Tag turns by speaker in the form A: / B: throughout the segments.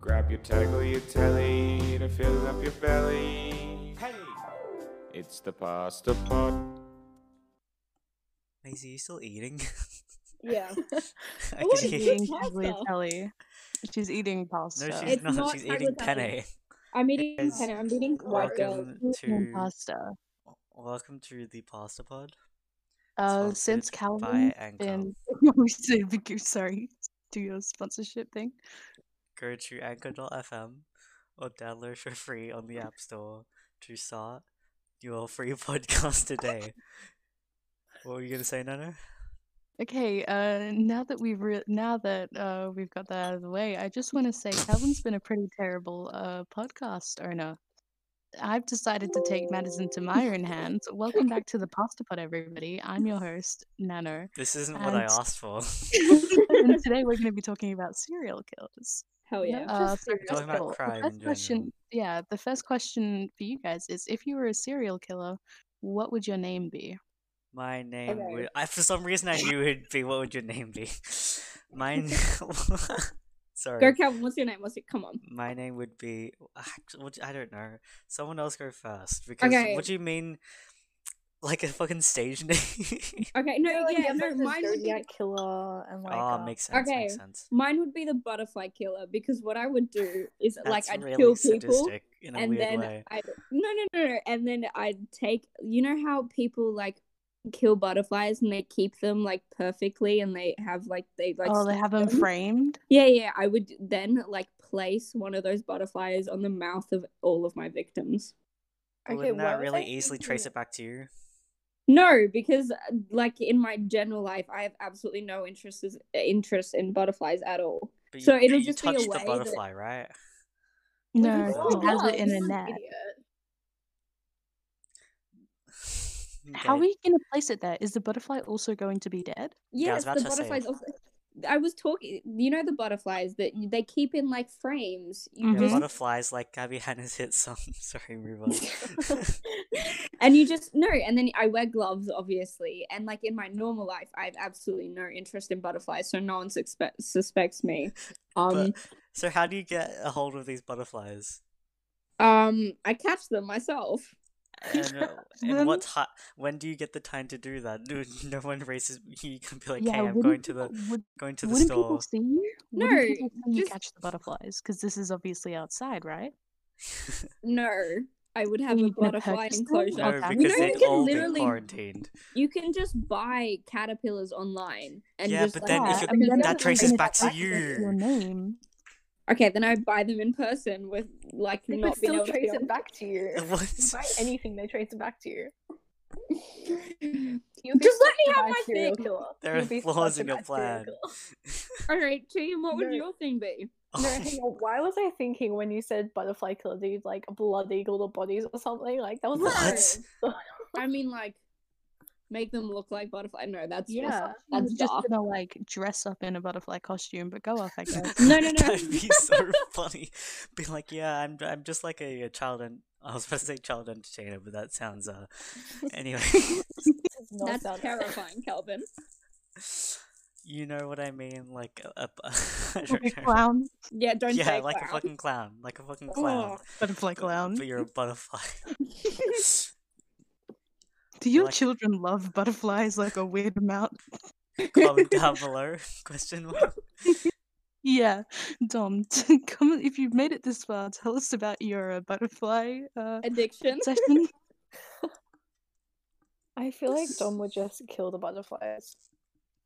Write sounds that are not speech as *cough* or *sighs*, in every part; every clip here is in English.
A: Grab your tackle, your telly to fill up your belly. Hey! It's the pasta pot.
B: Maisie, you still eating?
C: *laughs* Yeah.
B: *laughs* I can
C: What is
B: hear
C: this?
B: you.
D: eating tagliatelli. She's eating pasta.
B: No, she's
C: It's
B: not.
C: not
B: She's eating
C: tagliatelle.
B: penne.
C: I'm eating
B: Guys,
C: tenor. I'm eating white girls.
B: Welcome
D: She's eating
B: to
D: pasta.
B: welcome to the pasta pod.
D: Uh,
B: sponsored
D: since
B: by
D: Calvin's
B: Anchor.
D: been, *laughs* No, sorry, because- sorry, do your sponsorship thing.
B: Go to anchor.fm or download for free on the App Store to start your free *laughs* podcast today. what were you gonna say, Nana?
D: Okay, uh, now that we've re- now that uh, we've got that out of the way, I just want to say Calvin's been a pretty terrible uh, podcast owner. I've decided to take matters
B: *laughs*
D: into my own hands. Welcome back to the Pasta Pod, everybody. I'm your host,
B: *laughs*
D: Nano,
B: This isn't what I
D: And-
B: asked for. *laughs*
D: and today we're going to be talking about serial killers.
C: *laughs* Hell yeah.
D: Uh,
E: just
D: so
E: serial
D: first
B: Oh, Talking about
D: of all, the
B: crime
D: first
B: in general.
D: question, yeah, the first question for you guys is: If you were a serial killer, what would your name be?
B: My name
C: Okay.
B: would. I, for some reason, I knew it'd be. What would your name be? *laughs* Mine. *laughs* Sorry.
C: Go, Calvin. What's your name? What's it? Come on.
B: My name would be. act- what- I don't know. Someone else go first because
C: Okay.
B: what do you mean, like a fucking stage *laughs* name?
C: Okay. No.
E: like,
C: yeah.
E: there's,
C: No. Mine
E: like, the
C: would, be,
E: Zodiac killer and like.
B: Ah,
E: uh,
B: makes sense.
C: Oh Okay.
B: Makes sense.
C: mine would be the butterfly killer because what I would do is like
B: That's
C: I'd
B: really
C: kill people
B: sadistic in a
C: and
B: weird
C: then
B: way.
C: I no no no no and then I'd take you know how people like kill butterflies and they keep them like perfectly and they have like they like
D: oh, they have them
C: them?
D: framed.
C: Yeah, yeah. I would then like place one of those butterflies on the mouth of all of my victims.
E: okay,
B: Wouldn't
E: why
B: that
E: was I
B: really easily
E: thinking
B: trace
E: that?
B: it back to you?
C: No, because uh, like in my general life, I have absolutely no interest is- interest in butterflies at all.
B: But you,
C: So it'll
B: you
C: just be a
B: touched
C: way
B: the
C: that-
B: butterfly, right? *laughs*
E: Well,
D: No,
E: you
D: it
E: can't.
D: has it
E: You're
D: in a
E: an
D: net.
E: idiot.
D: How
B: Okay.
D: are you going to place it there? Is the butterfly also going to be dead?
B: Yeah, I
C: Yes,
B: was
C: the
B: about to say.
C: butterflies. Also, I was talking. You know the butterflies that you- they keep in like frames. You
D: Mhm.
B: Yeah,
C: just
B: butterflies like Gabby Hanna's *laughs* hit song. Sorry, move
C: *laughs*
B: on. *laughs*
C: and you just no. And then I wear gloves, obviously. And like in my normal life, I have absolutely no interest in butterflies, so no one suspe- suspects me. Um,
B: so how do you get a hold of these butterflies?
C: um, I catch them myself.
D: *laughs*
B: And, uh, and
D: Them?
B: what time? When do you get the time to do that? No, *laughs* no one races. You can be like,
D: yeah,
B: "Hey, I'm
D: wouldn't
B: going to the
D: people- Would,
B: going to the
D: wouldn't people
B: store."
D: see you?
C: No,
D: Wouldn't people see you
C: just-
D: catch the butterflies because this is obviously outside, right?
B: *laughs*
C: No, I would have
D: you
C: a
D: gonna
C: butterfly
D: purchase them?
C: enclosure.
B: no,
D: Okay.
B: because
C: You know, you
B: they'd
C: can
B: all be
C: literally-
B: quarantined. *laughs*
C: You can just buy caterpillars online and
B: Yeah,
C: just
B: but
C: like,
B: then if
D: Yeah,
B: you-
D: I mean, they're
B: that
D: not
B: traces
D: gonna
B: back to
D: track it Your
B: you.
D: name.
C: okay, then I buy them in person with like
E: They
C: not
E: could
C: being
E: still
C: able to be
E: trace it back to you.
B: What?
E: You *laughs*
B: *laughs*
E: buy anything, they trace it back to you.
C: on-
E: You'll be
C: Just let
E: such
C: me
E: a
C: have
E: bad
C: my
E: serial
C: thing.
E: killer.
B: There are
E: You'll be
B: flaws
E: such a
B: in your
E: bad serial
B: plan.
E: *laughs* killer.
C: *laughs* All right, Team, what would
E: No.
C: your thing be?
B: *laughs*
E: No, hang on. Why was I thinking when you said butterfly killer, that you'd like blood eagle the bodies or something? Like that was the
B: What?
E: first
C: I mean, like, make them look like butterfly. No, that's just-
D: *laughs*
E: Yeah.
D: I'm
C: that's
D: just
C: dark.
D: gonna like dress up in a butterfly costume, but go
E: *laughs*
D: off, I guess.
C: No, no, no.
B: That'd be so funny. Be like, yeah, I'm, I'm just like a, a child. En- I was about to say child entertainer, but that sounds uh. Anyway, *laughs*
E: does not
C: That's
E: sound
D: *laughs*
E: right.
C: terrifying, Calvin.
B: you know what I mean? Like a, a *laughs* I
D: Or
B: don't
C: *laughs*
D: a
B: know.
D: clown,
C: Yeah, don't
B: yeah,
C: say
B: like
C: clown.
B: a fucking clown, like a fucking
C: *laughs*
B: clown.
D: butterfly
B: But-
D: clown.
B: But you're a
D: *laughs*
B: butterfly.
D: Do your
B: like-
D: children love butterflies like a weird amount?
B: Comment down below. *laughs* Question mark.
D: Yeah, Dom, *laughs* come if you've made it this far, tell us about your uh, butterfly uh,
C: *laughs* addiction.
D: session.
E: I feel like Dom would just kill the butterflies.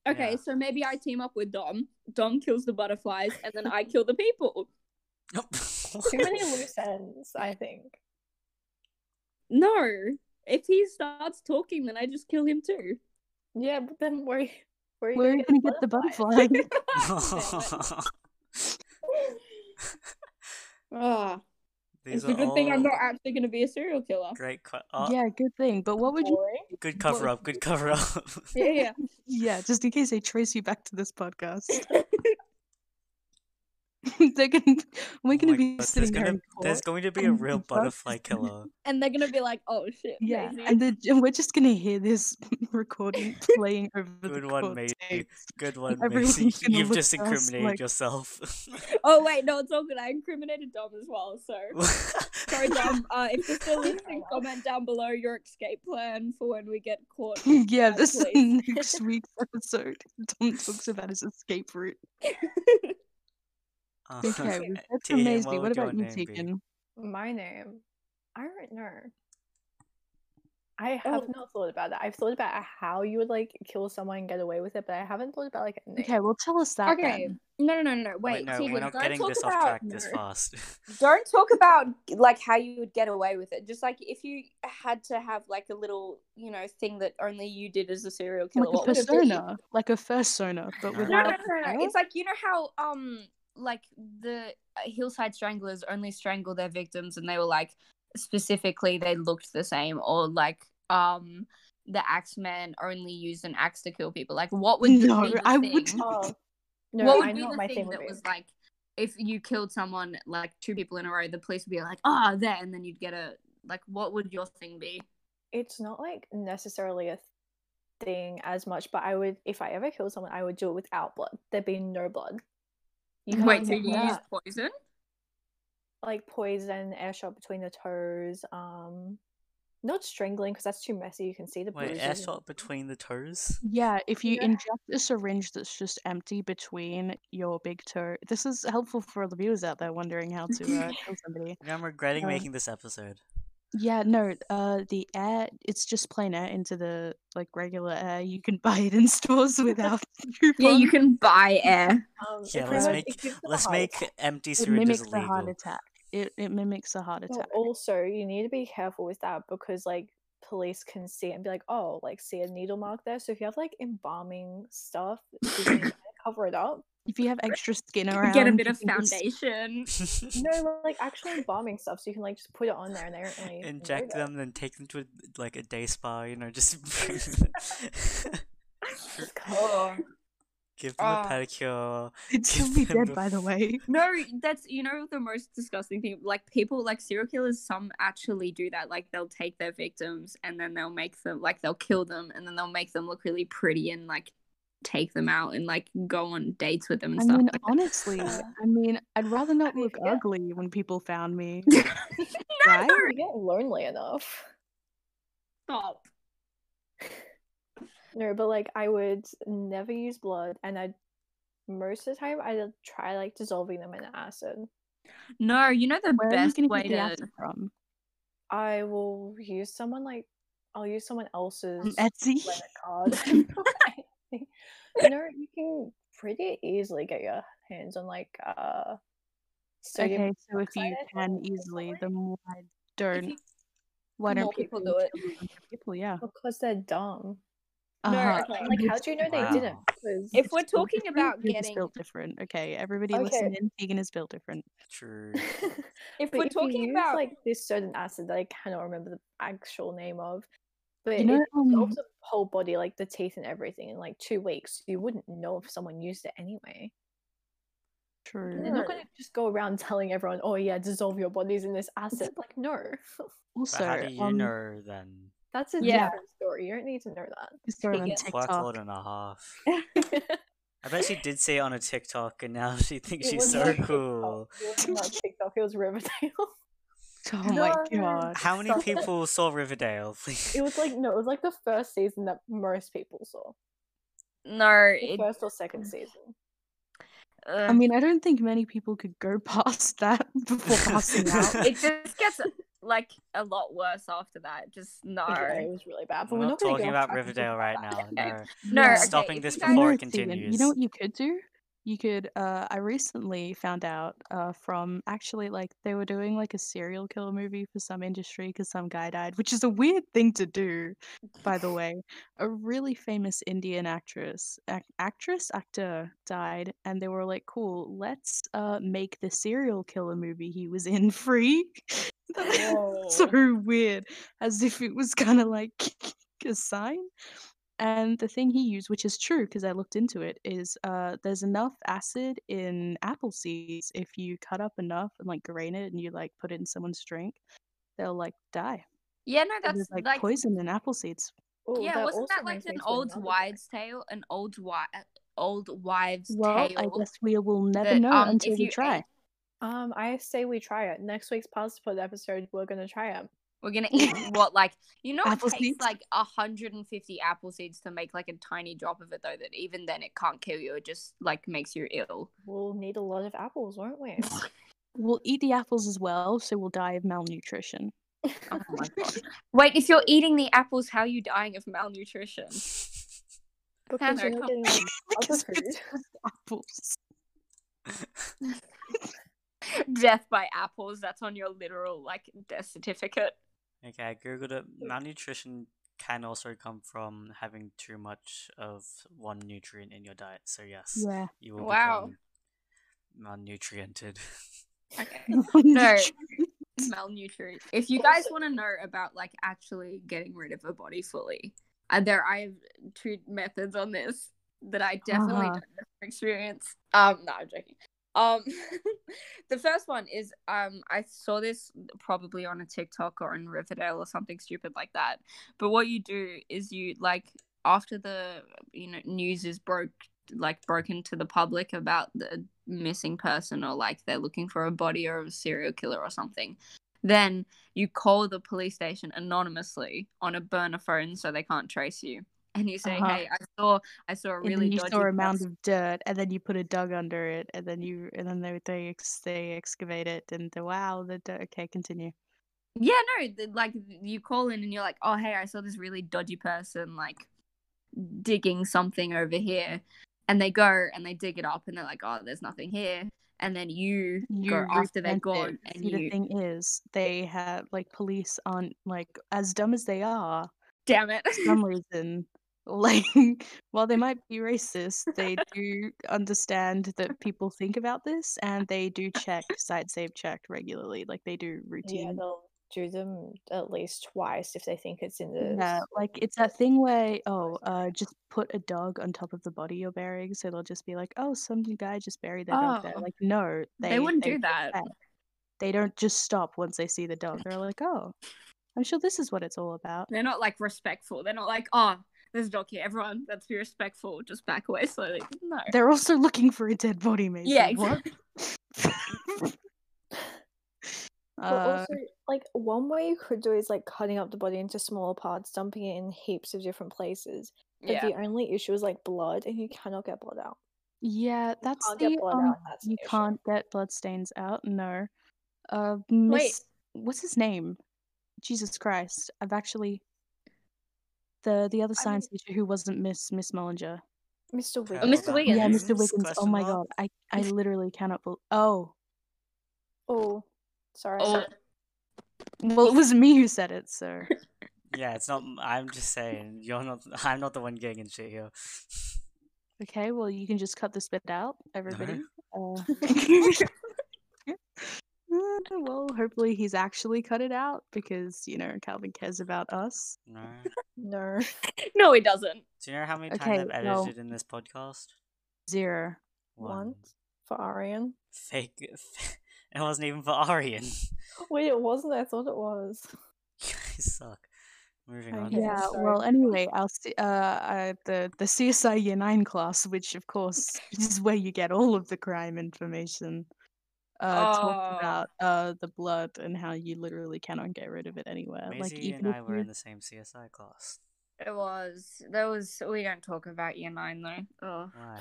C: Okay,
B: Yeah.
C: so maybe I team up with Dom. Dom kills the butterflies, and then
D: *laughs*
C: I kill the people.
B: Nope. *laughs*
E: Too many loose ends, I think.
C: No, if he starts talking, then I just kill him too.
E: Yeah, but then where where are you
D: Where are you gonna get the butterfly?
E: *laughs*
B: *laughs*
C: Ah,
B: These
C: it's a
B: are
C: good thing I'm
B: all
C: not actually going to be a serial killer.
B: Great. Que- oh,
D: yeah, good thing. But
B: *laughs*
D: what would you?
E: Boring.
B: Good cover up. Good cover up.
C: Yeah, yeah.
B: *laughs*
D: Yeah, just in case they trace you back to this podcast. *laughs* They're gonna, *laughs* we're
B: Oh
D: gonna
B: my
D: be
B: God, there's
D: sitting there
B: gonna,
D: in court.
B: there's going to be a
D: and
B: real
D: drugs
B: butterfly
D: is gonna be
B: killer.
C: and they're gonna be like, "Oh shit!"
D: Yeah,
C: Maisie."
D: and, the, and we're just gonna hear this *laughs*
B: *laughs*
D: recording playing over the
B: Good one,
D: court
B: Maisie.
D: tapes. *laughs*
B: Good one,
D: everyone's
B: Macy.
D: gonna
B: You've
D: look
B: just
D: at us
B: incriminated
D: like- *laughs*
B: yourself.
C: Oh wait, no, it's all good. I incriminated Dom as well, so
B: *laughs*
C: sorry, Dom.
D: *laughs*
C: Uh, if you're still listening, comment down below your escape plan for when we get caught.
D: *laughs* yeah,
C: Bad
D: this is
C: place.
D: *laughs*
C: *laughs*
D: next week's episode. Tom talks about his
B: *laughs*
D: escape route.
B: Uh,
D: Okay, we've heard
B: *laughs* Tegan,
D: from Maisie.
B: what
D: What
B: would your
D: about you,
B: name be?
D: Tegan?
E: My name. I don't know. I have
C: Oh.
E: not thought about that. I've thought about how you would like kill someone and get away with it, but I haven't thought about like a name.
D: Okay, well, tell us
C: *laughs*
D: that.
C: okay.
D: then.
C: No, no, no, no, no. Wait,
B: Wait, Oh, no,
C: Tegan,
B: we're not
C: don't
B: getting
C: talk
B: this
C: about,
B: off track this
C: no.
B: fast. *laughs*
C: Don't talk about like how you would get away with it. Just like if you had to have like a little, you know, thing that only you did as a serial killer.
D: Like a
C: what would it be?
D: persona, like a persona, but
B: No.
C: No, no,
D: without.
C: no, no, no.
D: power?
C: It's like you know how um like the uh, hillside stranglers only strangle their victims and they were like specifically they looked the same or like um the axeman only used an axe to kill people. Like what would
D: No,
C: be the
D: I
C: thing? *laughs*
D: wouldn't.
E: Oh. No,
C: what would
E: I
C: be
E: know what
C: the
E: my
C: thing,
E: thing would
C: that
E: be.
C: was like if you killed someone like two people in a row, the police would be like, "Ah, oh, there," and then you'd get a like. What would your thing be?
E: it's not like necessarily a thing as much, but I would if I ever kill someone, I would do it without blood. There'd be no blood.
B: *laughs*
E: You can't
C: Wait, so
E: get
C: you
E: that,
C: use poison?
E: like poison, airshot between the toes, um not strangling because that's too messy. You can see the
B: Wait,
E: bruises
B: air
E: and
B: shot between the toes?
D: Yeah, if you
E: Yeah.
D: inject a syringe that's just empty between your big toe, this is helpful for all the viewers out there wondering how to
C: *laughs*
D: uh, kill somebody.
B: You know, I'm regretting
D: Um,
B: making this episode.
D: Yeah, no, uh, the air, it's just plain air into the like regular air. You can *laughs* buy it in
C: *laughs*
D: stores without *laughs*
C: Yeah, you
D: coupons.
C: can buy *laughs* air.
E: Um, it
B: Yeah,
E: pretty
B: let's
E: much-
B: make-
E: it gives them a
B: Let's
E: heart
B: make
E: attack.
B: empty
D: It
B: syringes
D: mimics a
B: illegal.
D: heart attack. It it mimics a heart
E: But
D: attack.
E: also, you need to be careful with that because like police can see it and be like, oh, like see a needle mark there. So if you have like embalming stuff, you can kinda cover it up.
D: If you have extra skin around,
C: Get a bit of
D: *laughs* you can just-
B: *laughs*
C: foundation.
E: No, like actual embalming stuff, so you can like just put it on there and they don't really know
B: Inject
E: that.
B: them, then take them to a, like a day spa. You know, just *laughs*
C: Oh.
B: give them
C: Ah.
B: a pedicure.
D: *laughs* It's still be dead, by
C: *laughs*
D: the way.
C: No, that's you know the most disgusting thing. Like people, like serial killers, some actually do that. Like they'll take their victims and then they'll make them, like they'll kill them and then they'll make them look really pretty and like take them out and like go on dates with them and
D: I
C: stuff. *laughs*
D: mean,
C: like
D: honestly, I mean, I'd rather not
E: mean,
D: look
E: yeah.
D: ugly when people found
C: *laughs*
D: me.
C: that. no,
D: Right?
E: You get lonely enough.
C: stop.
E: No, but like I would never use blood, and I most of the time I'd try like dissolving them in acid.
C: No, you know the
D: Where are you
C: best
D: going
C: way
D: to get the
C: to.
D: acid from?
E: I will use someone like I'll use someone
D: From
E: else's *laughs*
D: Etsy? *laughs*
E: credit card. *laughs* you know, you can pretty easily get your hands on like uh sodium
D: Okay, so if you
E: oxide, I
D: can
E: think, or
D: easily,
E: something,
D: then why don't
C: you-
D: why
C: more
D: don't
C: people
D: people,
C: do it.
D: kill other People, yeah.
E: because they're dumb.
C: *laughs* No,
D: Uh-huh.
C: okay.
E: Like, how do you know they didn't?
B: Wow.
E: Because
C: If we're
D: It's built
C: talking
D: different,
C: about
D: food is
C: getting-
D: built different, okay. Everybody
E: Okay.
D: listen in. Tegan is built different.
B: True.
C: *laughs* If
E: But
C: we're
E: if you
C: talking
E: use,
C: about
E: like this certain acid that I cannot remember the actual name of, but
D: You know,
E: it dissolves
B: Hmm.
D: um,
E: the whole body, like the teeth and everything, in like two weeks. You wouldn't know if someone used it anyway.
D: True.
E: And They're not going to just go around *laughs* telling everyone, "Oh yeah, dissolve your bodies in this acid." Like, no,
D: Also,
B: But how do you
D: um,
B: know then?
E: that's a
C: Yeah.
E: different story. You don't need to know that.
D: this story on
C: Tegan.
D: TikTok.
B: Workload and a half. I bet she did say it on a TikTok, and now she thinks
E: It
B: she's
E: was
B: so
E: not TikTok,
B: cool.
E: It was
B: *laughs*
E: not TikTok. It was Riverdale.
D: *laughs*
E: *laughs*
D: Oh my
E: No.
D: god.
B: How many
E: Stop it.
B: people saw Riverdale? Please.
E: It was like no, it was like the first season that most people saw.
C: no,
E: The
C: it, Mm. uh,
E: first or second season.
D: I mean, I don't think many people could go *laughs* past that before passing *laughs* out.
C: it just gets like a lot worse after that. Just no,
E: Yeah, it was really bad. But
B: We're
E: we're,
B: not
E: gonna go
B: talking
E: off
B: about
E: track and talk
B: Riverdale right
E: about
B: now.
E: that.
B: No.
C: no.
D: Yeah.
C: okay,
B: Stopping
C: if
B: this
C: you
D: You
C: guys-
D: know
B: before it
D: what, Tegan, You know
B: continues.
D: what you could do? You could. Uh, I recently found out uh, from actually like they were doing like a serial killer movie for some industry because some guy died, which is a weird thing to do, by the way. A really famous Indian actress, ac- actress, actor died, and they were like, "Cool, let's uh, make the serial killer movie he was in *laughs* free."
C: *laughs* Oh.
D: *laughs* so weird, as if it was kind of like a sign. And the thing he used, which is true because I looked into it, is uh, there's enough acid in apple seeds. If you cut up enough and like grain it and you like put it in somemeone's drink, they'll like die.
C: Yeah, no,
D: And
C: that's
D: There's like,
C: like
D: poison in apple seeds.
E: Ooh,
C: yeah, wasn't
E: also
C: that like
E: brings me
C: an
E: to
C: old
E: another-
C: wives' tale? An old wi- uh, old wives'
D: Well,
C: tale.
D: I guess we will never
C: that,
D: know
C: um,
D: until
C: if
D: we
C: you
D: try.
C: ate-
E: Um, I say we try it. Next week's pause pod episode, we're gonna try it.
C: We're
D: *laughs*
C: gonna eat what like you know
D: Apple
C: it takes
D: seeds?
C: like hundred and fifty apple seeds to make like a tiny drop of it though that even then it can't kill you, it just like makes you ill.
E: We'll need a lot of apples,
D: *laughs*
E: won't we?
C: Oh,
E: *laughs*
D: We'll eat the apples as well, so we'll die of malnutrition.
C: Oh
D: *laughs*
C: my god. Wait, if you're eating the apples, how are you dying of malnutrition? *laughs*
B: *laughs*
E: Because you're
C: Hannah,
E: not
C: come-
E: getting like, other
D: Because
E: food.
C: *laughs*
D: it's just apples.
C: Death by apples, that's on your literal like death certificate.
D: *laughs*
B: Okay, I googled it. Malnutrition can also come from having too much of one nutrient in your diet. So yes,
D: *laughs* Yeah.
B: you will
C: Wow.
B: become malnutriented. *laughs*
C: Okay.
D: No.
C: malnutrition. If you guys want to know about like actually getting rid of a body fully, uh, there I have two methods on this that I definitely
D: Uh-huh.
C: don't know from experience. Um, no, I'm joking. Um, *laughs* the first one is um, I saw this probably on a TikTok or in Riverdale or something stupid like that. But what you do is you like after the you know news is broke like broken to the public about the missing person or like they're looking for a body or a serial killer or something then you call the police station anonymously on a burner phone so they can't trace you and you say
D: Uh-huh.
C: hey i saw i saw a
D: And
C: really
D: then you
C: dodgy
D: saw a mound
C: person."
D: of dirt, and then you put a dug under it, and then you and then they they, ex- they excavate it, and the, wow, the dirt. Okay, continue.
C: yeah no th- like you call in and you're like oh hey i saw this really dodgy person like digging something over here and they go and they dig it up and they're like oh there's nothing here and then you, go after they're
D: replant it.
C: gone and
D: See, the
C: you
D: thing is, they have like police aren't like as dumb as they are.
C: damn it
D: For some reason, *laughs* like while they might be racist, they do understand that people think about this, and they do
C: *laughs*
D: check site save checked regularly. Like they do routine
E: Yeah, they'll do them at least twice if they think it's in the.
D: Yeah,
E: s-
D: like it's that thing where oh, uh, just put a dog on top of the body you're burying, so they'll just be like, oh, some guy just buried their dog there.
C: Oh.
D: Like, no,
C: *laughs* They
D: they,
C: wouldn't do
D: get
C: that.
D: upset. They don't just stop once they see the dog. They're like, oh, I'm sure this is what it's all about.
C: They're not like respectful. They're not like, oh, there's a dog here. Everyone, let's be respectful. Just back away *laughs* slowly. No.
D: They're also looking for a dead body, Mason.
C: yeah,
D: What?
C: exactly.
D: *laughs*
E: But
D: Uh,
E: also, like one way you could do is like cutting up the body into smaller parts, dumping it in heaps of different places. But
C: Yeah.
E: the only issue is like blood, and you cannot get blood out.
D: yeah,
E: You
D: that's
E: can't
D: the
E: get blood
D: um,
E: out. That's an
D: you
E: issue.
D: can't get bloodstains out. No, uh, Miss, what's his name? Jesus Christ! I've actually the the other
E: I
D: science teacher who wasn't Miss Miss Mullinger.
E: Mr.
B: Carol
E: Wiggins.
C: Mr. Wiggins.
D: Yeah, Mr.
B: Wiggins,
D: Wiggins. Oh
B: question
D: my
B: mark?
D: god, I
E: *laughs*
D: I literally cannot. Bel- oh,
E: Oh, sorry.
C: Oh,
D: well, it was me who said it, so
B: yeah, it's not. I'm just saying, you're not. *laughs* I'm not the one getting in shit here. *laughs*
D: okay. Well, you can just cut this bit out, everybody. Uh,
E: *laughs*
D: uh, *laughs* well, hopefully he's actually cut it out because you know Calvin cares about us.
B: No.
E: No.
C: *laughs*
E: *laughs*
C: no, he doesn't.
B: Do you know how many times
D: Okay,
B: I've
D: well-
B: edited in this podcast?
D: Zero.
E: One. For Arian.
B: Fake. *laughs* It wasn't even for Aryan. *laughs*
E: Wait, it wasn't. I thought it was.
B: you guys suck. Moving on.
E: Okay,
D: Yeah.
E: sorry.
D: Well, anyway, I'll see. Uh, uh, the the CSI Year Nine class, which of course *laughs* is where you get all of the crime information. Uh,
C: Oh.
D: talked about uh the blood and how you literally cannot get rid of it anywhere. like
B: Maisie
D: even
B: and I
D: if
B: were
D: you-
B: in the same CSI class.
C: It was. There was. We don't talk about year nine though. Oh, *laughs*
B: Why?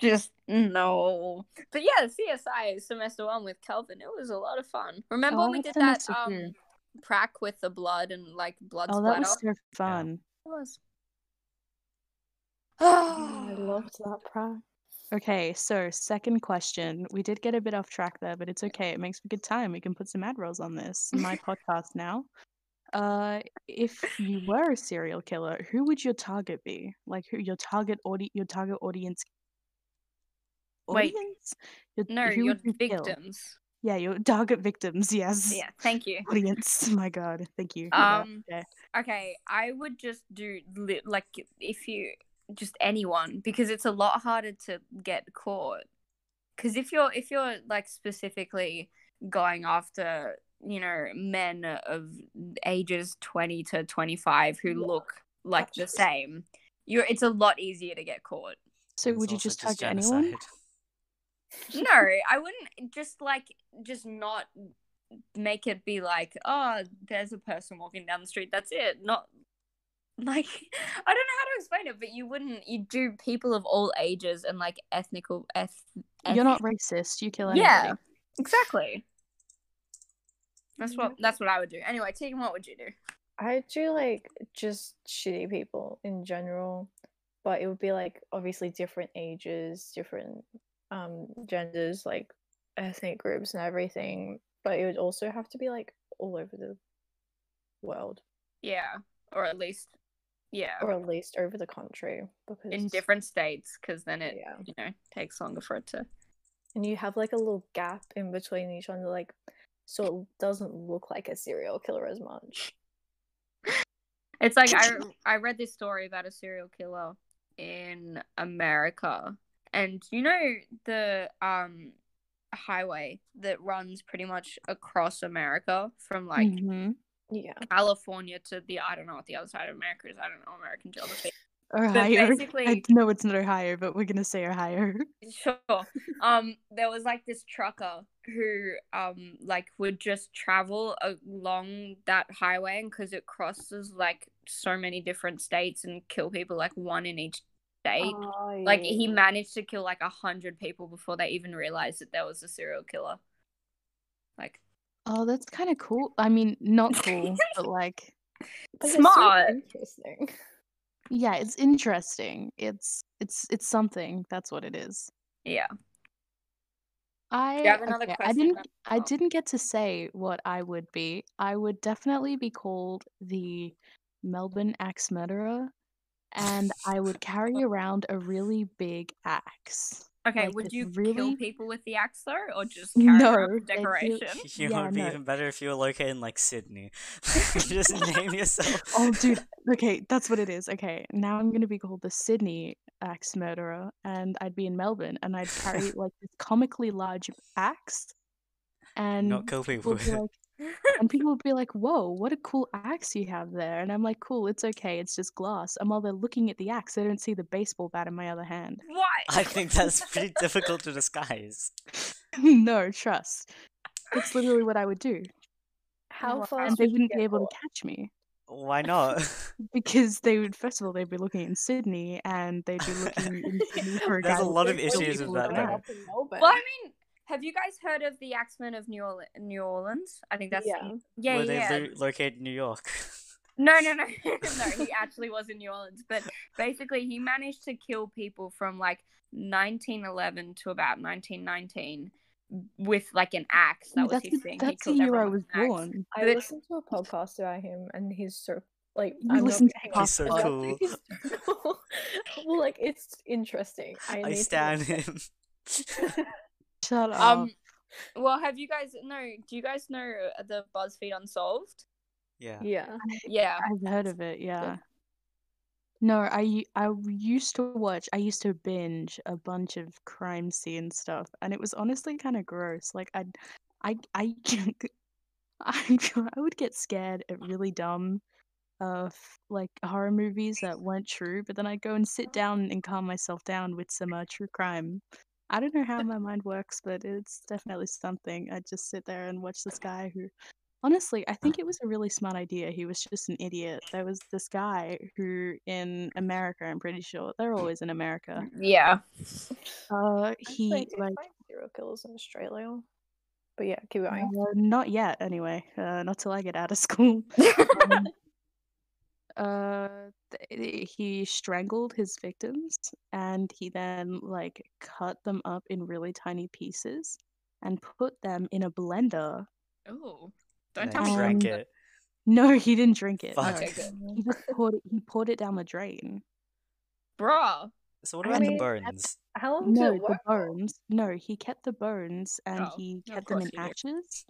C: just no. But yeah, CSI semester one with Calvin. It was a lot of fun. Remember
D: Oh,
C: when we
D: that's
C: did that
D: semester
C: um
D: two.
C: prac with the blood and like blood
D: oh, that
C: splatter?
D: was so fun.
C: It was.
E: Yeah,
C: *gasps* *sighs*
E: I loved that prank.
D: Okay, so second question. We did get a bit off track there, but it's okay. It makes for good time. We can put some ad rolls on this.
C: *laughs*
D: My podcast now. Uh, if you were a serial killer, who would your target be? Like who your target audi your target audience
C: Wait.
D: audience? Your-
C: No,
D: who
C: your
D: would you kill?
C: victims.
D: Yeah, your target victims. Yes.
C: Yeah, thank you.
D: *laughs* Audience. My God. Thank you. for that.
C: Um,
D: Yeah.
C: okay, I would just do li- like if you just anyone because it's a lot harder to get caught. Because if you're if you're like specifically going after you know men of ages twenty to twenty five who look like the
E: Gotcha.
C: same, you're it's a lot easier to get caught.
D: So
B: It's
D: would you
B: also
D: just
B: *laughs*
D: target anyone?
B: genocide.
C: *laughs* No, I wouldn't just like just not make it be like, oh, there's a person walking down the street. That's it. Not like *laughs* I don't know how to explain it, but you wouldn't. You do people of all ages and like ethnical eth.
D: You're not
C: eth-
D: racist. You kill anybody.
C: Yeah. exactly. That's what that's what I would do. Anyway, Tegan, what would you do?
E: I do like just shitty people in general, but it would be like obviously different ages, different um genders, like ethnic groups and everything. But it would also have to be like all over the world,
C: Yeah, or at least, yeah,
E: or at least over the country, because
C: in different states, because then it
E: Yeah,
C: you know takes longer for it to.
E: and you have like a little gap in between each one, like so it doesn't look like a serial killer as much.
C: It's like I I read this story about a serial killer in America, and you know the um highway that runs pretty much across America from like
D: Mhm.
E: Yeah,
C: California to the I don't know what the other side of America is. I don't know American geography. *laughs*
D: Ohio. *laughs* I
C: basically-
D: know it's not Ohio, but we're gonna say Ohio.
C: Sure. Um, there was like this trucker who um like would just travel along that highway, and because it crosses like so many different states and kill people like one in each state.
E: Oh,
C: Like
E: yeah,
C: he
E: yeah.
C: managed to kill like a hundred people before they even realized that there was a serial killer. Like
D: Oh, that's kind of cool. I mean, not *laughs* cool, but like,
E: But it's so
C: Smart.
E: interesting.
D: yeah, it's interesting. It's it's it's something. That's what it is.
C: yeah.
D: I
C: Do you have another
D: Eh, okay, I
C: question?
D: didn't
C: Matt?
D: I
C: Oh.
D: didn't get to say what I would be. I would definitely be called the Melbourne axe murderer, and I *laughs* would carry around a really big axe.
C: Okay,
D: like,
C: would
D: this
C: you kill
D: really-
C: people with the axe though, or just carry no,
D: *laughs* No,
C: around for
D: they do-
C: decoration?
B: You
D: Yeah,
B: would be
D: no.
B: even better if you were located in like Sydney. *laughs* You
D: *laughs*
B: just name yourself.
D: Oh, dude. Okay, that's what it is. Okay, now I'm gonna be called the Sydney axe murderer, and I'd be in Melbourne, and I'd carry like this comically large axe,
B: *laughs*
D: and
B: Not *laughs* kill people
D: people
B: with
D: would be
B: it.
D: like, and people would be like, "Whoa, what a cool axe you have there!" And I'm like, "Cool, it's okay, it's just glass." And while they're looking at the axe, they don't see the baseball bat in my other hand. *laughs*
C: Why?
B: I think that's
C: *laughs*
B: pretty difficult to disguise.
D: no, trust. That's literally what I would do,
E: How
C: Wow.
E: far
D: and
C: Else
D: they wouldn't be able to catch me
B: Why not? *laughs*
D: because they would. First of all, they'd be looking in Sydney, and they'd be looking in
E: *laughs*
D: Sydney for a
B: There's
D: guy
B: a
D: with
B: lot of
D: baseball
B: issues
D: bat
B: with that,
D: in
B: though.
D: his hand.
C: Well, I mean, have you guys heard of the Axemen of New, Orle- New Orleans? I think that's
E: yeah.
C: yeah,
B: were
C: yeah.
B: they lo- located in New
D: *laughs*
B: York?
C: No, no, *laughs* no, no. He actually was in New Orleans, but basically, he managed to kill people from like 1911 to about 1919 with like an axe. That
D: Ooh,
C: was
D: that's
C: his
D: the-
C: thing.
D: that's the
C: he killed
D: year I
C: everyone
D: was
C: with an axe.
D: born.
E: I
C: But it-
E: listened to a podcast about him, and he's so like
D: You
E: I'm not
D: listened to
E: kidding,
D: a
B: He's so
E: I don't
B: cool.
E: think he's so cool. *laughs* well, like it's interesting. I,
B: I
E: need to
B: stand
E: listen.
D: *laughs*
B: him. *laughs*
D: Shut up.
C: Um, well, have you guys no? Do you guys know uh, the BuzzFeed
D: *laughs*
C: Unsolved?
B: yeah.
E: *laughs* Yeah,
C: Yeah,
D: I've heard of it, yeah. No, I u- I w- used to watch. I used to binge a bunch of crime scene stuff, and it was honestly kind of gross. Like I'd, I I *laughs* I I would get scared at really dumb, uh, f- like horror movies that weren't true. But then I'd go and sit down and calm myself down with some uh, true crime. I don't know how my mind works, but it's definitely something. I'd just sit there and watch this guy who Honestly, I think it was a really smart idea. He was just an idiot. There was this guy who, in America, I'm pretty sure they're always in America.
C: yeah.
D: Uh,
E: I
D: he
E: like,
D: like,
E: do you find serial killers in Australia. But yeah, keep going.
D: uh, not yet anyway. Uh, not till I get out of *laughs* school. Um, uh, th- he strangled his victims, and he then like cut them up in really tiny pieces and put them in a blender.
C: Ooh,
B: And
C: don't
B: I
C: tell me.
B: drank
D: Um,
B: it.
D: No, he didn't drink it.
B: Fuck.
D: no.
C: Okay, good.
D: He just poured it. He poured it down the drain.
C: Bruh.
B: So what
E: I
B: about the
E: mean,
D: *laughs*
B: bones?
E: How
C: Oh,
E: long
D: No,
E: did it
D: the
E: work? for?
D: bones. No, he kept the bones and
C: Oh,
D: he
C: of
D: kept them
C: course he
D: in
C: did.
D: ashes.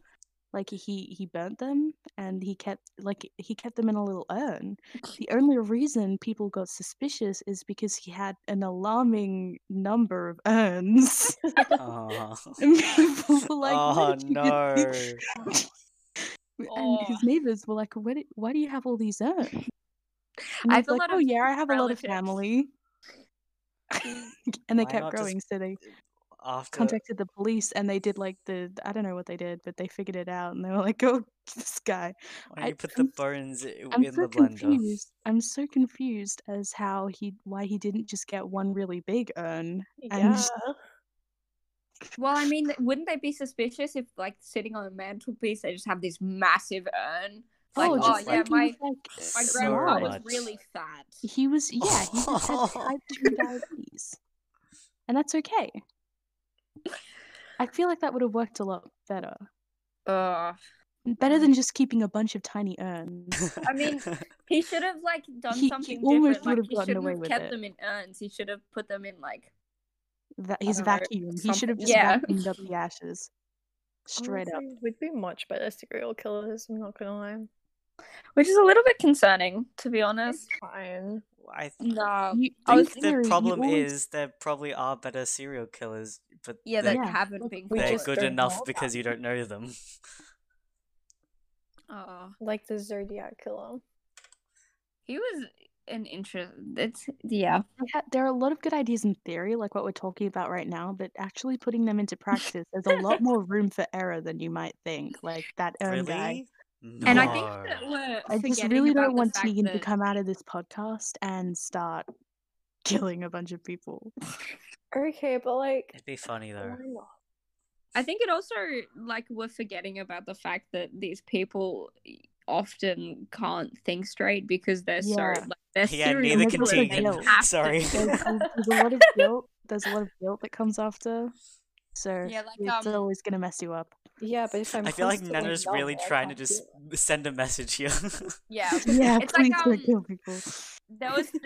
D: Like he he burnt them and he kept like he kept them in a little
C: *laughs*
D: urn. The only reason people got suspicious is because he had an alarming number of urns. *laughs*
B: Oh,
D: And *laughs* people were
B: *laughs*
D: like,
B: oh
D: "Where did you
B: no!
D: get these?" And
C: Oh.
D: his neighbors were like, "Where? do- Why do you have all these urns?" And
C: I
D: he's
C: have a
D: like,
C: lot
D: "Oh
C: of
D: yeah, I have a lot of
C: relatives." Mm.
D: family." *laughs* and they
B: Why
D: kept
B: not just
D: growing, so they
B: After
D: contacted the police and they did like the I don't know what they did, but they figured it out and they were like, *laughs* "Oh, this guy."
B: why don't you
D: I-
B: put the
D: I'm s-
B: bones i-
D: I'm
B: in
D: so
B: the blender?
D: confused. I'm so confused as how he why he didn't just get one really big urn. And
E: Yeah.
C: Well, I mean, th- wouldn't they be suspicious if, like, sitting on a mantelpiece, they just have this massive urn? Like,
D: oh,
C: oh,
D: just
C: yeah,
D: like
C: my-
D: he was like
C: My
B: So
C: grandpa was
B: much.
C: really fat.
D: he was yeah, he just
C: *laughs*
D: had type two diabetes, and that's okay. I feel like that would have worked a lot better.
C: Ugh. Mm.
D: Better than just keeping a bunch of tiny urns.
C: I mean, He should have like done
D: He- he
C: something
D: almost
C: different. Like,
D: would've
C: he
D: gotten
C: shouldn't
D: away
C: have
D: with
C: kept
D: it.
C: them in urns. He should have put them in like
D: that his
C: don't know,
D: vacuum. He
C: something- *laughs*
D: should have just
C: yeah. Oh,
D: vacuumed up the ashes. Straight up.
E: Honestly, We'd be much better serial killers, I'm not gonna lie.
C: which is a little bit concerning, to be honest.
E: It's fine.
B: *laughs* I th-
C: No.
D: You
C: I was-
D: think
B: the
D: there- you
B: problem
D: always-
B: is there probably are better serial killers, but
C: Yeah,
B: they're,
C: that
D: Yeah.
C: haven't
E: Look,
C: been.
E: we
C: caught.
B: they're
E: just
B: good
E: don't
B: enough
E: know
B: because you don't know them. *laughs*
C: Oh,
E: Like the Zodiac killer.
C: he was an interest. It's yeah.
D: They ha- There are a lot of good ideas in theory, like what we're talking about right now, but actually putting them into practice, there's a
C: *laughs*
D: lot more room for error than you might think. Like that own
B: really?
D: guy.
B: No.
C: And I think that we're.
D: I just
C: forgetting
D: really
C: about
D: don't
C: the
D: want
C: fact
D: Tegan to
C: that-
D: come out of this podcast and start *laughs* killing a bunch of people.
E: Okay, but like
B: It'd be funny though.
E: why not?
C: I think it also like we're forgetting about the fact that these people e, often can't think straight because they're
D: Yeah.
C: so like they're
B: Yeah,
C: serial
B: neither
D: can
C: killers, they
D: Tegan.
C: have to
B: Sorry.
C: *laughs*
D: There's,
C: think.
D: there's- there's a lot of guilt. There's a lot of guilt that comes after. So
C: Yeah, like,
D: it's
C: um,
D: always gonna mess
C: *laughs*
D: you up.
E: Yeah, but if I'm
B: I feel like
E: constantly
B: Nana's really
E: numb, I
B: trying to
E: can't do
B: just
E: it.
B: *laughs* send a message here.
C: Yeah,
D: *laughs* Yeah,
C: It's
D: please
C: like,
D: don't
C: um,
D: kill people.
C: That was. The,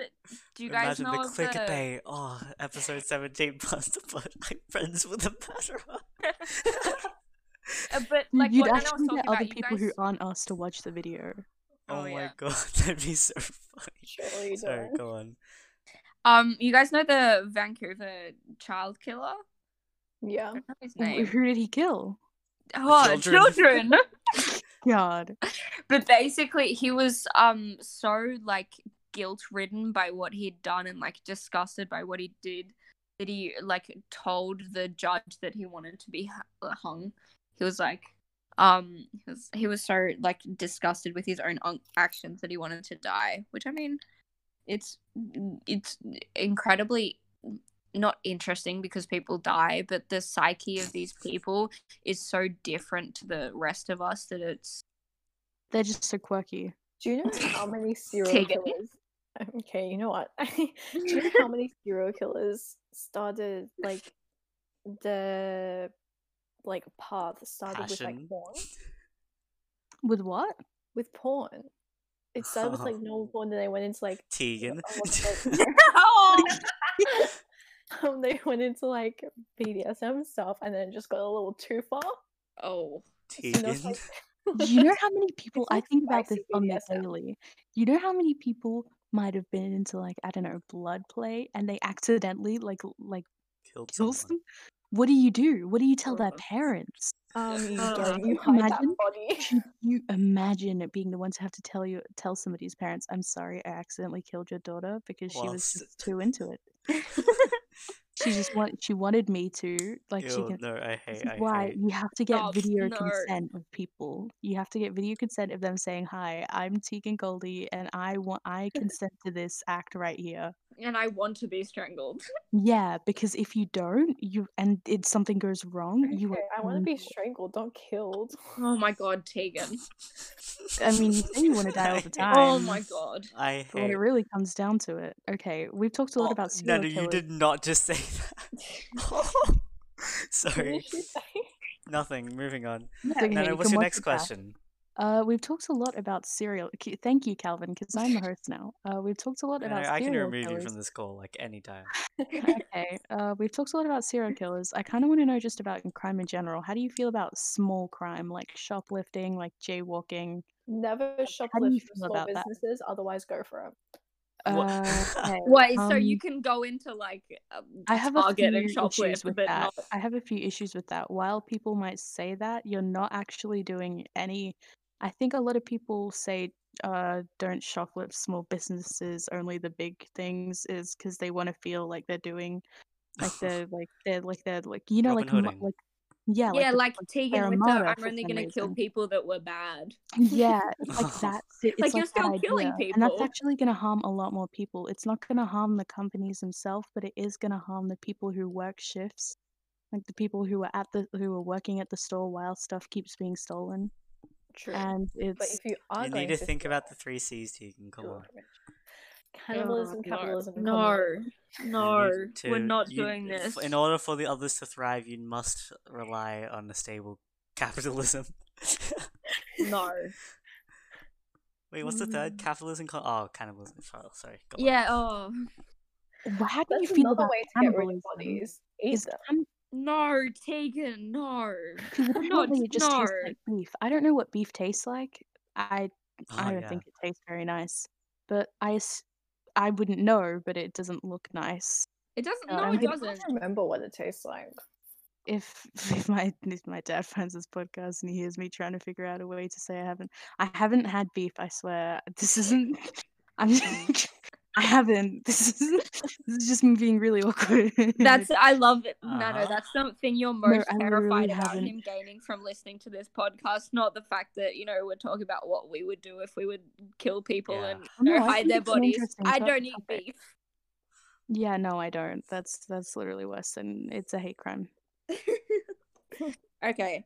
C: do you guys
B: Imagine
C: know
B: the
C: of the?
B: clickbait. Oh, episode 17 past the *laughs* blood. I'm friends with a Oh murderer.
C: Uh, but
D: Dude,
C: like
D: You'd
C: what Anna was
D: actually
C: talking
D: get
C: about,
D: other
C: you
D: people who
C: guys-
D: aren't us to watch the video. *laughs*
B: oh
C: Oh,
B: my
C: yeah.
B: god, *laughs* that'd be so funny.
E: Surely
B: *laughs*
E: you
B: Sorry,
E: don't.
B: go on.
C: Um, you guys know the Vancouver child killer?
E: Yeah.
C: I don't know his
D: Wh-
C: name.
D: Who did he kill?
C: Oh,
B: Children.
C: children.
D: *laughs* God.
C: but basically, he was um so like guilt ridden by what he'd done and like disgusted by what he did that he like told the judge that he wanted to be hu- hung. He was like, um, he was he was so like disgusted with his own un- actions that he wanted to die. Which I mean, it's it's incredibly not interesting because people die, but the psyche of these people is so different to the rest of us that it's *laughs*
D: They're just so quirky.
E: Do you know how many serial
C: Take it.
E: killers? *laughs* Okay, you know what? *laughs* Do you know how many serial killers started like the like path started
B: Passion.
E: with like porn?
D: With what?
E: With porn, it started
B: *laughs*
E: with like normal porn, then they went into like
B: Tegan.
E: Oh,
B: *laughs*
E: what's it-
C: Oh,
E: *laughs* um, they went into like BDSM stuff, and then it just got a little too far.
C: oh.
E: You know, it's
B: Tegan.
D: *laughs*
E: like-
D: Do you know
E: *laughs*
D: how many people I
E: like
D: think about this
E: spicy
D: on the
E: BDSM.
D: daily? You know how many people might have been into like, I don't know, blood play and they accidentally like l- like
B: Killed
D: kill
B: someone.
D: them? What do you do? What do you tell their
E: Uh.
D: parents?
E: um, you,
C: Uh,
E: get, you
D: can you
E: hide that
D: imagine?
E: body.
D: Could you imagine it being the ones who have to tell you tell somebody's parents, I'm sorry I accidentally killed your daughter because she was
B: Whilst- *laughs*
D: just too into it. *laughs* She just want she wanted me to. Like she
B: Ew,
D: can
B: no, I
D: This
B: hate,
D: is
B: I
D: why
B: hate.
D: you have to get
C: Stop,
D: video
C: no.
D: consent of people. You have to get video consent of them saying, "Hi, I'm Tegan Goldie, and I want
E: *laughs*
D: I consent to this act right here."
C: and I want to be strangled.
D: Yeah, because if you don't, you and it something goes wrong, *laughs* you.
E: Okay,
D: are
E: I want to be
D: doomed.
E: strangled, not killed. *laughs*
C: Oh my god, Tegan.
D: I mean, you say you wanna die all
B: *laughs*
D: the
B: I hate-
D: time.
C: Oh
D: I'm-
C: my god.
B: I
D: But When
B: hate.
D: it really comes down to it, okay, we've talked a lot
B: Oh, no,
D: about serial
B: no, you
D: killers.
B: did not just say that. *laughs*
E: What
B: Sorry,
E: did she say?
D: *laughs*
B: nothing. Moving on.
D: Nothing
B: Nana,
D: here, you
B: what's
D: can
E: *laughs*
B: your
D: watch
B: next
D: it back.
B: question?
D: Uh, we've talked a lot about serial. K- Thank you, Calvin, because I'm
B: *laughs*
D: the host now. Uh, we've talked a lot
B: I,
D: about.
B: I can
D: serial
B: remove you
D: killers.
B: from this call like anytime.
D: *laughs* okay. Uh, we've talked a lot about serial killers. I kind of want to know just about crime in general. How do you feel about small crime, like shoplifting, like jaywalking?
E: Never
D: do you
E: shoplift
D: feel
E: from small
D: about that?
E: businesses, otherwise go for it.
B: What- *laughs*
D: Uh, okay.
C: Wait, so you
D: Um,
C: can go into like um,
D: I have a few
C: Target and
D: issues
C: shoplift,
D: with
C: but
D: that.
C: not.
D: I have a few issues with that. While people might say that, you're not actually doing any. I think a lot of people say, uh, "Don't shoplift small businesses. Only the big things," is because they want to feel like they're doing,
C: *laughs*
D: like they're like they're like they're like you know
B: Robin
D: like mu-
B: Hooding.
D: like yeah
C: Yeah,
D: the
C: like
D: people
C: Tegan
D: are
C: with the
D: murder
C: I'm
D: for
C: only
D: some
C: gonna kill
D: reason."
C: people that were bad.
E: *laughs*
D: Yeah, it's like that's it.
C: Like,
D: It's like,
C: you're
D: that
C: still killing
D: idea, and that's
C: people.
D: actually going to harm a lot more people. It's not going to harm the companies themselves, but it is going to harm the people who work shifts, like the people who are at the who are working at the store while stuff keeps being stolen.
E: True.
D: And
E: but
D: it's
E: if you are
B: You
E: going
B: need to
E: to
B: think
E: steal
B: about
E: it,
B: the
E: *laughs*
B: three C's, Tegan. Come
E: do it
B: on.
E: rich. Cannibalism, capitalism.
C: Oh, No,
B: You
C: no,
B: need to-
C: we're not
B: you- uh, f-
C: doing this.
B: In order for the others to thrive, you must rely on a stable capitalism. *laughs*
C: no.
B: Wait, what's the third?
E: Mm.
B: Capitalism? Con- oh, cannibalism. Oh, sorry. Go on.
C: Yeah. Oh
D: wh- how do you
E: That's
D: feel
E: another
D: about
E: way to get rid
D: cannibalism?
E: of bodies. Eat
D: Is
E: them.
D: can-
C: no, Tegan, no.
D: 'cause
E: *laughs*
C: We're not.
D: apparently it just
C: no.
D: tastes like beef. I don't know what beef tastes like. I
B: Oh,
D: I don't
B: yeah.
D: think it tastes very nice, but I s- I wouldn't know. But it doesn't look nice.
C: It doesn't.
D: No,
C: No,
D: I
C: it
E: I
D: mean-
C: doesn't.
E: can't remember what it tastes like.
D: if *laughs* if my if my dad finds this podcast and he hears me trying to figure out a way to say I haven't I haven't had beef, I swear. *laughs* This isn't I'm *laughs*
C: Mm.
D: I haven't. *laughs* This is this is just me being really awkward.
C: That's. I love it. No,
B: Uh-huh.
C: no, that's something you're
D: No,
C: most
D: I
C: terrified
D: literally
C: about
D: haven't.
C: him gaining from listening to this podcast. Not the fact that you know we're talking about what we would do if we would kill people
B: Yeah.
C: and
D: Oh, no,
C: you know,
D: I
C: hide
D: think
C: their
D: it's an
C: bodies.
D: interesting
C: I
D: to-
C: don't eat
D: topic.
C: beef.
D: *laughs* yeah, no, I don't. That's that's literally worse than it's a hate crime.
C: *laughs* okay.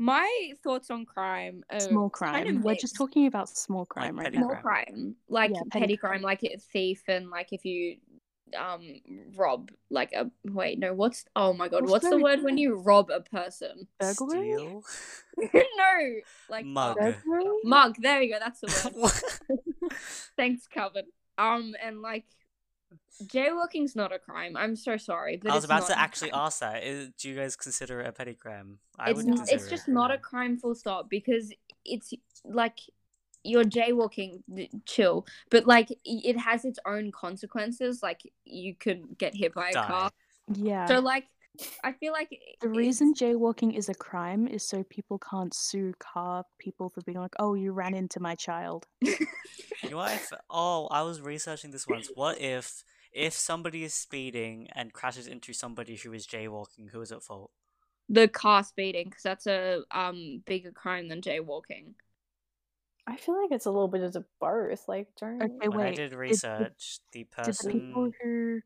C: My thoughts on crime. Are
D: Small crime.
C: kind of
D: We're just
C: mixed.
D: talking about small crime right
B: petty
D: now.
C: small
B: crime.
C: crime, like
D: Yeah, petty
C: petty crime, like a thief, and like if you um rob like a wait no what's oh my god
D: What's
C: what's the
D: very
C: word when you rob a person *laughs*
D: Burglary?
B: Steal?
C: no like
B: Mug.
C: um,
B: Okay.
D: Burglary?
C: mug there we go that's
B: *laughs*
C: the word
B: What?
C: *laughs* thanks calvin um and like jaywalking's not a crime i'm so sorry but
B: I was
C: it's
B: about
C: not
B: to
C: a
B: actually
C: crime.
B: ask that. Is, do you guys consider it a petty crime? I
C: it's
B: would
C: not,
B: consider
C: it's
B: it
C: just
B: petty
C: not a
B: crime.
C: crime full stop because it's like you're jaywalking th- chill but like i- it has its own consequences like you could get hit by a
B: Die.
C: car
D: Yeah.
C: so like i feel like
D: The
C: it's-
D: reason jaywalking is a crime is so people can't sue car people for being like, "Oh, you ran into my child."
B: You know what?
C: *laughs*
B: If, oh, I was researching this once. What if if somebody is speeding and crashes into somebody who is jaywalking, who is at fault?
C: the car speeding because that's a um bigger crime than jaywalking
E: I feel like it's a little bit of both. Like, don't.
D: Okay,
B: When I
D: wait.
B: did
D: did-
B: research, the
D: Did the people
B: person
D: who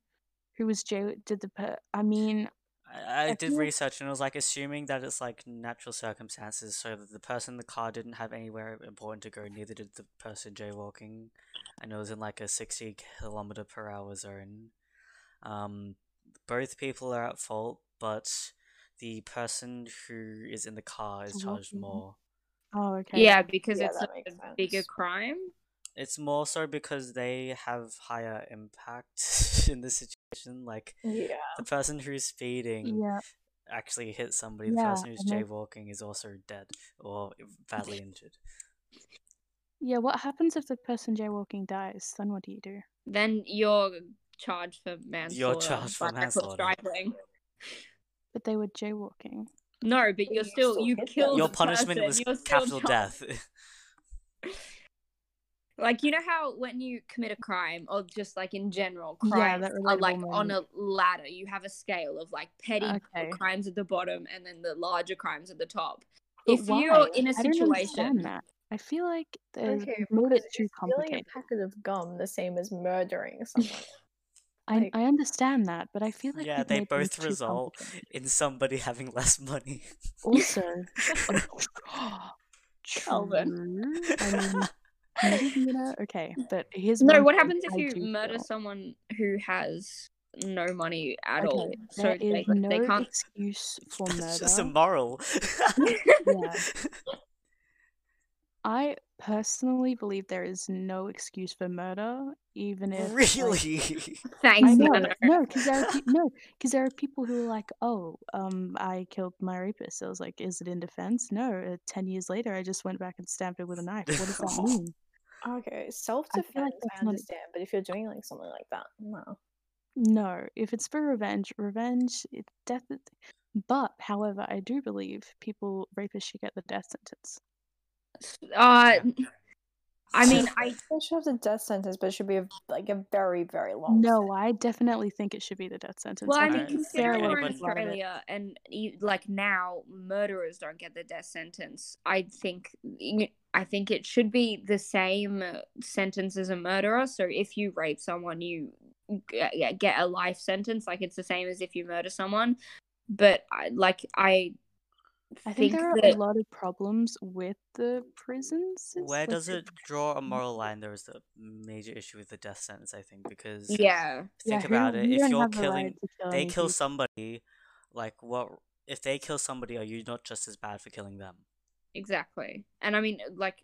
D: who was jay did the per- I mean,
B: I, I
D: I
B: did
D: feel-
B: research and it was like assuming that it's like natural circumstances, so that the person in the car didn't have anywhere important to go, neither did the person jaywalking, and it was in like a sixty kilometer per hour zone. Um, both people are at fault, but the person who is in the car is charged
D: Jaywalking.
B: more.
D: oh okay.
C: yeah because
E: Yeah,
C: it's
E: that
C: a
E: makes sense.
C: bigger crime
B: It's more so because they have higher impact *laughs* in this situation. Like
E: Yeah.
B: the person who's speeding
D: Yeah.
B: actually hit somebody, the
D: Yeah,
B: person who's
D: and then-
B: jaywalking is also dead or badly injured.
D: Yeah, what happens if the person jaywalking dies? Then what do you do?
C: then you're charged for manslaughter
B: charged for
C: by reckless
B: manslaughter.
C: driving.
D: But they were jaywalking.
C: No, but
E: But
C: you're
E: you
C: still
E: still
C: you
E: hit them.
C: killed
B: Your
C: the
B: punishment
C: person,
B: was
C: you're still
B: capital
C: charged.
B: death. *laughs*
C: Like you know how when you commit a crime or just like in general
D: Yeah,
C: crimes
D: that
C: are
D: relatable
C: like on a ladder. You have a scale of like petty
D: Okay.
C: crimes at the bottom and then the larger crimes at the top.
D: But
C: if
D: why?
C: you're in a
D: I don't understand
C: situation,
D: that. I feel like there's
E: Okay,
D: made it
E: because
D: too
E: is Stealing
D: complicated.
E: a packet of gum the same as murdering *laughs* someone.
D: I,
E: like-
D: I understand that, but I feel like
B: yeah,
D: they've
B: they
D: made things
B: both
D: too
B: result
C: *laughs*
D: complicated.
B: in somebody having less money. *laughs*
D: Also, *gasps* Calvin.
C: Calvin.
D: I mean, maybe,
C: *laughs*
D: you know, okay, but here's
C: no.
D: one
C: What
D: thing
C: happens if
D: I
C: you
D: do
C: murder
D: feel.
C: someone who has no money at
D: Okay,
C: all? So
D: there is
C: they,
D: no
C: they
D: *laughs*
C: can't. *laughs*
D: excuse for
B: That's
D: murder.
B: just immoral.
D: Yeah. I personally believe there is no excuse for murder,
B: *laughs*
D: even if like,
B: Really?
C: Thanks,
D: I know,
C: Nana.
D: no, because there are pe- no, 'cause there are people who are like, "Oh, um, I killed my rapist." I was like, "Is it in defense?" No. Uh, Ten years later, I just went back and stabbed her with a knife. What does that mean?
E: Okay, self
D: feel like
E: defense, I,
D: that's not-
E: understand, but if you're doing like something like that, no.
D: No. If it's for revenge, revenge, it death. But however, I do believe people rapists should get the death sentence.
C: Uh,
B: *laughs*
C: I mean,
E: *laughs*
C: I
E: They should have the death sentence, but it should be a, like a very, very long.
D: No, I definitely think it should be the death sentence.
C: well, I mean,
B: Alright.
C: considering
B: Fair
C: we're in
B: one.
C: Australia and e- like now murderers don't get the death sentence, I think I think it should be the same uh, sentence as a murderer. So if you rape someone, you g- uh, get a life sentence. Like it's the same as if you murder someone. But I, like I,
D: I think, there are
C: that
D: a lot of problems with the prisons.
B: Where
D: like,
B: does
D: the-
B: it draw a moral line? There is a major issue with the death sentence, I think, because
C: yeah.
D: Yeah,
B: think
D: who-
B: about it.
D: you
B: If
D: don't
B: you're
D: have the right
B: killing,
D: to kill
B: they
D: any
B: kill
D: people.
B: somebody, like what? If they kill somebody, are you not just as bad for killing them?
C: Exactly. And I mean, like,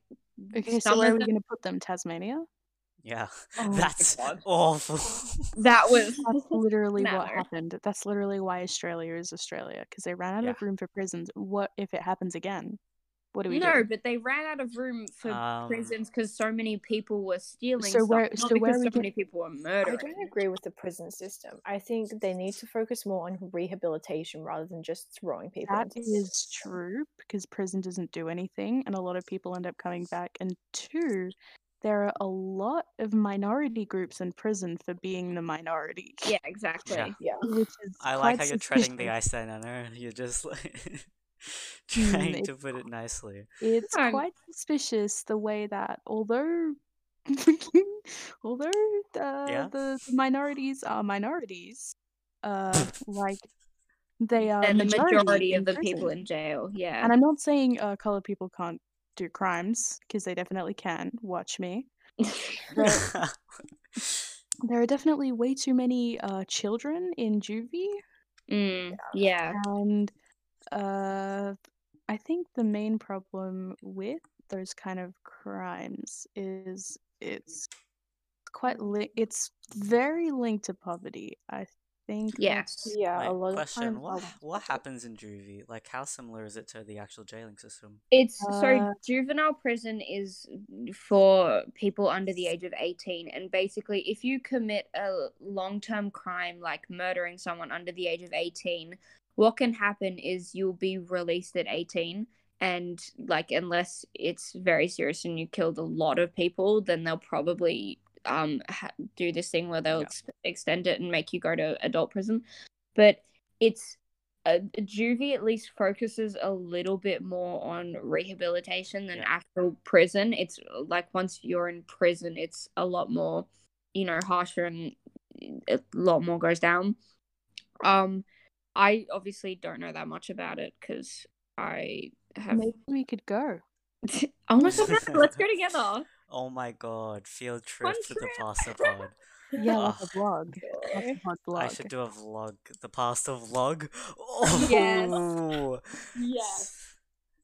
D: Okay, so
C: some
D: where
C: of
D: are we
C: them-
D: going to put
C: *laughs*
D: them? Tasmania?
B: Yeah, *laughs*
D: Oh my
B: that's
C: God.
B: awful.
C: that
B: *laughs*
D: *laughs*
C: was
D: That's literally
C: No.
D: what happened. That's literally why Australia is Australia because they ran out
B: Yeah.
D: of room for prisons. What if it happens again? What do
C: *laughs*
D: we
C: no,
D: do?
C: but they ran out of room for
B: Um,
C: prisons because so many people were stealing.
D: So
C: stuff,
D: where-
C: not
D: so
C: because
D: where are we
C: so
D: get-
C: many people were
E: I
C: murdering.
E: don't agree with the prison system. I think they need to focus more on rehabilitation rather than just throwing people.
D: That
E: into the
D: is
E: system.
D: true because prison doesn't do anything, and a lot of people end up coming back. And two, there are a lot of minority groups in prison for being the minority.
C: Yeah, exactly.
D: Uh,
B: Yeah.
E: Yeah.
D: *laughs* Which is
B: I
D: quite
B: like how you're treading the
D: suspicious.
B: ice there, Nana. You're just like *laughs* trying
D: it's
B: to put it nicely.
D: It's
C: Um,
D: quite suspicious the way that, although, *laughs* although the,
B: Yeah.
D: the the minorities are minorities, uh, like they are
C: and the majority,
D: in
C: of the people
D: prison.
C: in jail. Yeah.
D: And I'm not saying uh, colored people can't do crimes because they definitely can. Watch me.
B: *laughs*
D: But there are definitely way too many uh, children in juvie
C: Mm, yeah.
D: And uh, I think the main problem with those kind of crimes is it's quite li- it's very linked to poverty. I think. that's-
C: Yes.
E: Yeah,
B: Wait,
E: a lot of
B: question:
E: times.
B: What
E: I'll-
B: what happens in juvie? Like, how similar is it to the actual jailing system?
C: It's
D: Uh,
C: so juvenile prison is for people under the age of 18 and basically if you commit a long-term crime like murdering someone under the age of 18 what can happen is you'll be released at 18 and like unless it's very serious and you killed a lot of people then they'll probably um ha- do this thing where they'll
B: Yeah.
C: ex- extend it and make you go to adult prison but it's uh, juvie at least focuses a little bit more on rehabilitation than
B: Yeah.
C: actual prison. It's uh, like once you're in prison, it's a lot more, you know, harsher and uh, a lot more goes down. Um, I obviously don't know that much about it because I have.
D: Maybe we could go.
C: *laughs* oh my
B: *laughs*
C: god, no, let's go together.
B: Oh my god, field trip to the
C: trip.
B: pasta pod.
D: Yeah,
E: *laughs*
D: like
B: Ah.
D: a vlog. Like a
E: Okay.
D: hot
B: I
D: vlog.
B: should do a vlog. The pasta vlog. Oh.
C: Yes.
B: Yes.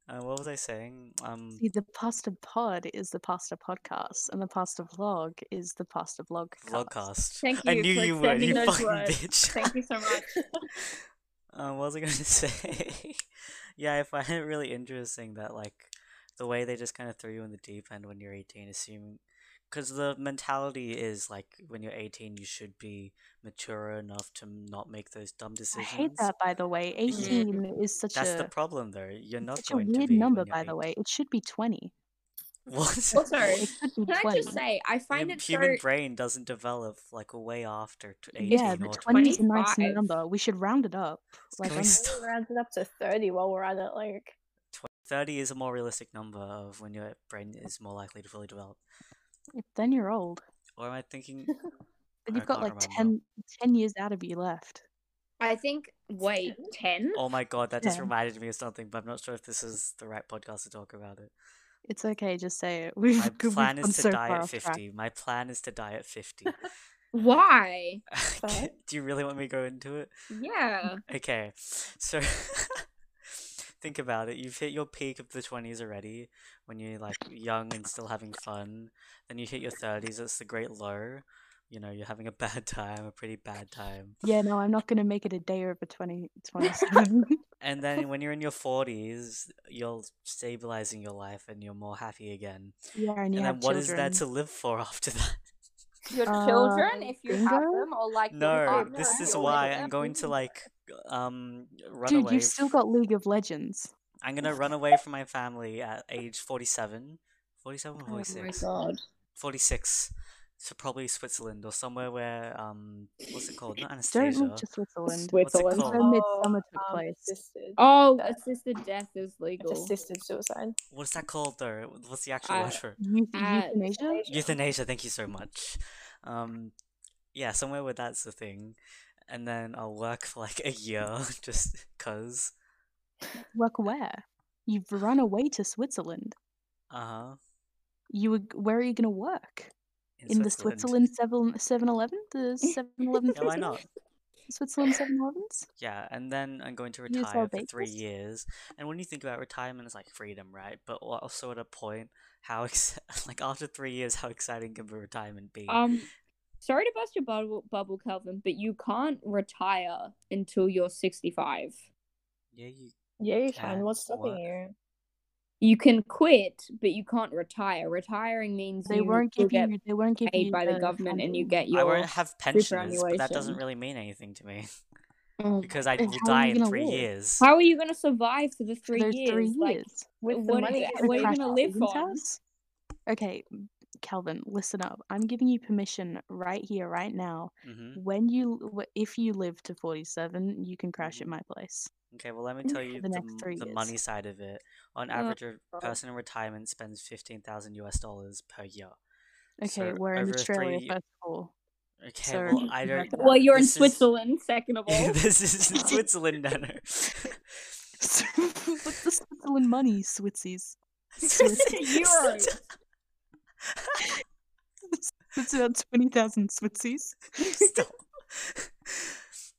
B: Uh, what was I saying? Um,
D: See, the pasta pod is the pasta podcast, and the pasta vlog is the pasta vlog.
B: vlogcast.
C: Thank
B: I
C: you
B: knew
C: for
B: you would.
C: extending
B: You
C: those
B: fucking
C: words.
B: bitch.
C: Thank you so much.
B: *laughs* Uh, what was I going to *laughs* say? yeah, I find it really interesting that like the way they just kind of threw you in the deep end when you're 18, assuming because the mentality is like when you're 18, you should be mature enough to not make those dumb
D: I
B: decisions.
D: hate that, by the way. Eighteen is such
B: That's
D: a
B: the problem, though. You're
D: It's
B: not
D: such a
B: going to
D: weird
B: be
D: number,
B: when you're
D: by the
B: 18.
D: way. It should be 20.
B: *laughs* What?
C: Also,
D: It
C: Sorry.
D: should be
C: Can I
D: 20.
C: just say, I find
B: Your
C: it so
B: human brain doesn't develop like way after t- 18
D: yeah,
B: or
D: but
B: 20.
D: 20 is a nice
C: 25.
D: number. We should round it up. Like,
B: we
D: I'm-
B: s- *laughs*
E: Maybe round it up to 30 while we're at it. Like,
B: 30 is a more realistic number of when your brain is more likely to fully develop.
D: then you're old.
B: Or am I
D: *laughs*
B: thinking? I
D: Then you've got
B: can't
D: like
B: remember.
D: 10, 10 years out of you left.
C: I think
B: *laughs*
C: wait, ten?
B: Oh my god, that just
D: Yeah.
B: reminded me of something, but I'm not sure if this is the right podcast to talk about
D: *laughs*
B: it.
D: It's okay, just say it. *laughs* We've,
B: My
D: we've
B: plan
D: gone
B: is to
D: so
B: die
D: far
B: at
D: off track.
B: 50. My plan is to die at *laughs*
D: *laughs*
B: 50.
C: Why?
E: Fuck.
B: Do you really want me to go into it?
C: Yeah.
B: Okay, so *laughs* think about it. You've hit your peak of the 20s already when you're like young and still having fun. Then you hit your 30s, it's the great low. You know, you're having a bad *laughs* time, a pretty bad time.
D: Yeah, no, I'm not going to make it a day over
B: *laughs*
D: 20, *laughs* 27.
B: And then when you're in your 40s, you're stabilizing your life and you're more happy again.
D: yeah, and you
B: and
D: have
B: then what is there
D: children.
B: to live for *laughs* after that?
C: Your
D: Uh,
C: children, if you have
D: bingo?
C: them, or
B: *laughs*
C: like your
B: No,
C: partner
B: this
C: and
D: *laughs*
B: is
C: your
B: why
C: little
B: I'm going to
C: nephew.
B: like um run
D: Dude,
B: away.
D: you've still
B: f-
D: got League of Legends.
B: I'm gonna
D: *laughs*
B: run away from my family at age 47, 47 or
D: Oh my
B: 46,
C: god.
B: 46 to probably Switzerland or somewhere where um what's it called? Not
D: Don't
B: Anastasia.
D: move to Switzerland.
B: What's it
C: Switzerland.
D: That's
B: called?
D: where Midsummer took
E: Um,
D: place.
E: assisted-
C: Oh, assisted death is legal.
E: assisted suicide.
B: What's that called though? What's the actual
C: Uh,
B: word for it?
D: Euth-
C: Ah,
D: euthanasia?
B: euthanasia? Thank you so much. Um, yeah, somewhere where that's the thing, and then I'll work for like a year *laughs* just cause.
D: Work where? You've run away to Switzerland.
B: Uh huh.
D: You were, where are you going to work? In, the Switzerland 7 Eleven?
C: *laughs*
D: The 7 Eleven?
B: Yeah, why not?
D: Switzerland 7 Elevens?
B: Yeah, and then I'm
D: *laughs*
B: going to
D: You sell
B: retire for three
D: bagels?
B: years. And when you think about retirement, it's like freedom, right? But also at a point, how ex- *laughs* like after three years, how exciting can retirement be?
C: Um, sorry to bust your bubble, bubble, Calvin, but you can't retire until you're 65.
B: yeah, you
E: Yeah, you
B: Can
E: can. What's stopping
B: work.
E: you?
C: You can quit, but you can't retire. Retiring means
D: They
C: you
D: won't
C: will
D: give
C: get
D: you. They won't give you
C: paid by the government and you
D: funding.
C: get your.
B: I won't have pensions, but that
C: superannuation.
B: doesn't really mean anything to me
C: Oh,
B: *laughs* because I
D: Mm, And
B: will
D: how are
B: die
D: you
B: in
D: gonna
B: three
D: live?
B: years.
C: how are you going to survive for the three
D: There's
C: years?
D: three years.
C: Like,
E: With the
C: What
E: money,
C: is-
E: you
D: The
C: what are you
D: crash
E: have-
C: gonna
D: at
C: live
D: Eaton's
C: on?
D: house? Okay, Calvin, listen up. I'm giving you permission right here, right now.
B: hmm
D: When you, w- if you live to 47, you can crash at
B: Mhm.
D: my place.
B: Okay, well, let me tell you
D: Mm,
B: the,
D: the next
B: m-
D: three
B: the
D: years.
B: money side of it. On average, a person in retirement spends 15,000 US dollars per year.
D: Okay,
B: So
D: we're in
B: over a
D: Australia
B: three-
D: first of all. *laughs*
B: Okay,
D: So- *laughs*
B: well, I don't.
C: Well, you're in
B: this is-
C: Switzerland, second
B: *laughs*
C: of all. *laughs*
B: this is
D: *laughs*
B: in Switzerland, no, no.
D: What's
B: *laughs*
D: the Switzerland money, Switsies?
C: Euros.
D: It's about twenty thousand Switsies.
B: Stop. *laughs*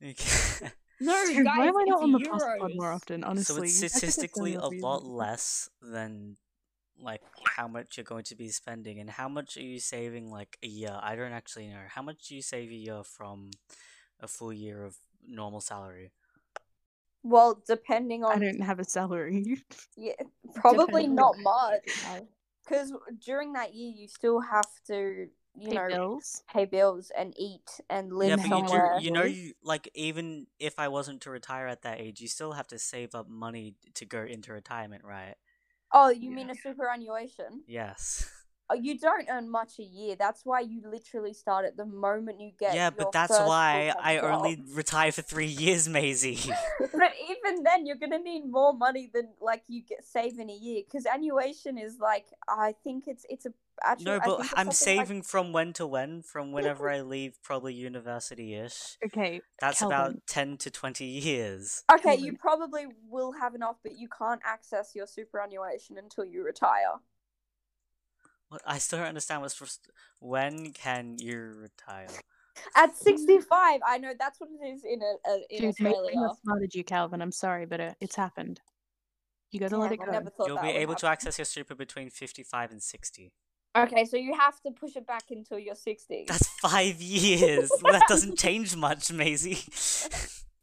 B: Okay. *laughs*
C: No,
D: *laughs* Dude,
C: guys,
D: why am I
C: it's
D: not on the
C: euros.
D: pod more often?
B: so
D: Honestly,
B: it's
D: You guys are just
B: statistically
D: so
B: a lot
D: reasonable.
B: less than like how much you're going to be spending and how much are you saving like a year? I don't actually know. How much do you save a year from a full year of normal salary?
C: Well, depending
D: I
C: on
D: don't have a salary. *laughs*
C: yeah, probably
E: Depending on
C: not
E: the
C: much
E: Oh,
C: because during that year you still have to you
D: Pay
C: know
D: bills.
C: pay bills and eat and live
B: yeah,
D: live
B: but you,
C: somewhere.
B: do, you know,
D: Really?
B: you like even if I wasn't to retire at that age, you still have to save up money to go into retirement, right?
C: Oh, you
D: Yeah.
C: mean a superannuation?
B: Yes. *laughs*
C: Oh, you don't earn much a year. That's why you literally start at the moment you get.
B: yeah,
C: your
B: but that's
C: first
B: why
C: full-time
B: I
C: job.
B: only retire for three years, Maisie.
C: *laughs* but even then, you're gonna need more money than like you get save in a year because annuation is like I think it's it's a actually
B: no,
C: I
B: but
C: think it's
B: I'm
C: something like-
B: saving from when to when, from whenever I leave, probably university ish.
D: Okay,
B: That's about
D: Calvin.
B: 10 to 20 years.
C: okay, you
D: Calvin.
C: probably will have enough, but you can't access your superannuation until you retire.
B: What, I still don't understand what's. Rest- when can you retire?
C: At 65, I know that's what it is in a, a, in
D: Mm. dude, maybe I'm
C: Australia.
D: not smart as you, Calvin. I'm sorry, but uh, it's happened. You gotta let
C: Damn,
D: it
C: I
D: go.
C: never thought
B: You'll
C: that
B: be
C: would
B: able to
C: happen.
B: access your super between 55 and 60.
C: Okay, so you have to push it back until you're 60.
B: That's five years. that doesn't change much,
D: *laughs*
B: Maisie.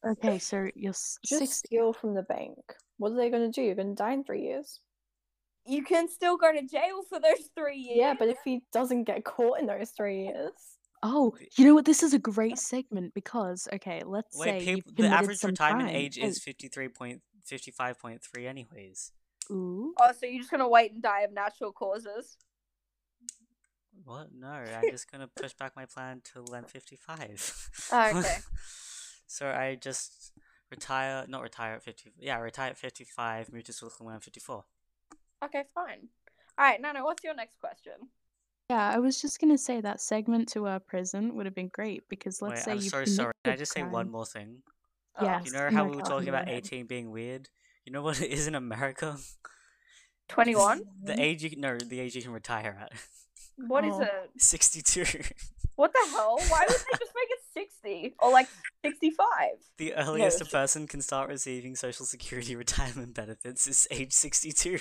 D: Okay, so you're s-
E: Just
D: six.
E: steal from the bank. What are they going to do? You're going to die in three years.
C: You can still go to jail for those three years.
E: Yeah, but if he doesn't get caught in those three years,
D: Oh, you know what? This is a great segment because okay, let's
B: Wait,
D: say
B: peop
D: you've
B: the
D: committed
B: average
D: some Oh,
B: retirement
D: crime.
B: age
D: Wait,
B: is 53.55.3 anyways.
D: Ooh,
C: Oh, so you're just gonna wait and die of natural causes?
B: What? No, I'm just gonna push back my plan till I'm
D: *laughs*
B: 55.
C: Oh, okay.
B: *laughs* so I just retire, not retire at 50. Yeah, retire at 55, move to Switzerland when I'm 54.
C: Okay, fine. All right, Nana, what's your next question?
D: yeah. I was just gonna say that segment to our prison would have been great because let's
B: Wait,
D: say
B: I'm
D: you've
B: so sorry. Can I
D: committed
B: just say
D: crime.
B: one more thing?
C: Oh,
D: Yes.
B: You know
D: no,
B: how we were
D: Calvin,
B: talking
D: go
B: about
D: ahead.
B: 18 being weird? You know what it is in America?
C: 21.
B: *laughs* The age you can, no, the age you can retire at.
C: What is
E: Oh.
C: it?
B: 62.
C: What the hell? Why would they just make it 60 or like 65.
B: *laughs* The earliest
E: it's
B: a person can start receiving social security *laughs* retirement benefits is age *laughs* 62.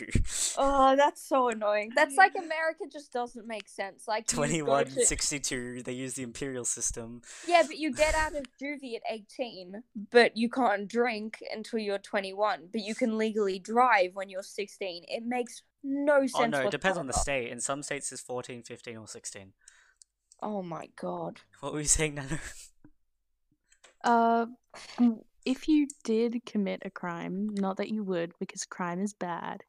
C: Oh, that's so annoying. That's
B: *laughs*
C: like America just doesn't make sense. Like you go
B: 21,
C: to-
B: 62, they use the imperial system.
C: Yeah, but you get out of juvie at 18, but you can't drink until you're 21, but you can legally drive when you're 16. It makes no sense.
B: Oh no, it depends on the
C: whatsoever.
B: state. In some states it's 14, 15, or 16.
C: Oh my god.
B: *laughs* What were you saying, *laughs* Nano?
D: Uh, mm, if you did commit a crime, not that you would, because crime is
E: *laughs*
D: bad.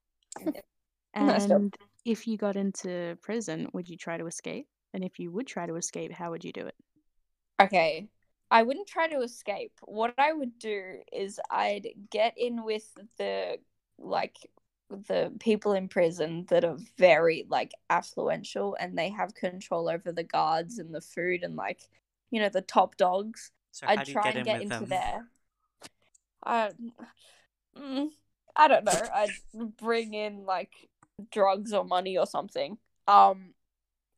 C: That's dope.
D: And if you got into prison, would you try to escape? And if you would try to escape, how would you do it?
C: Okay. I wouldn't try to escape. What I would do is I'd get in with the like the people in prison that are very like affluential and they have control over the guards and the food and like you know the top dogs.
B: So
C: I'd try and get into there. I, mm, I don't know. I'd bring in like drugs or money or something. Um,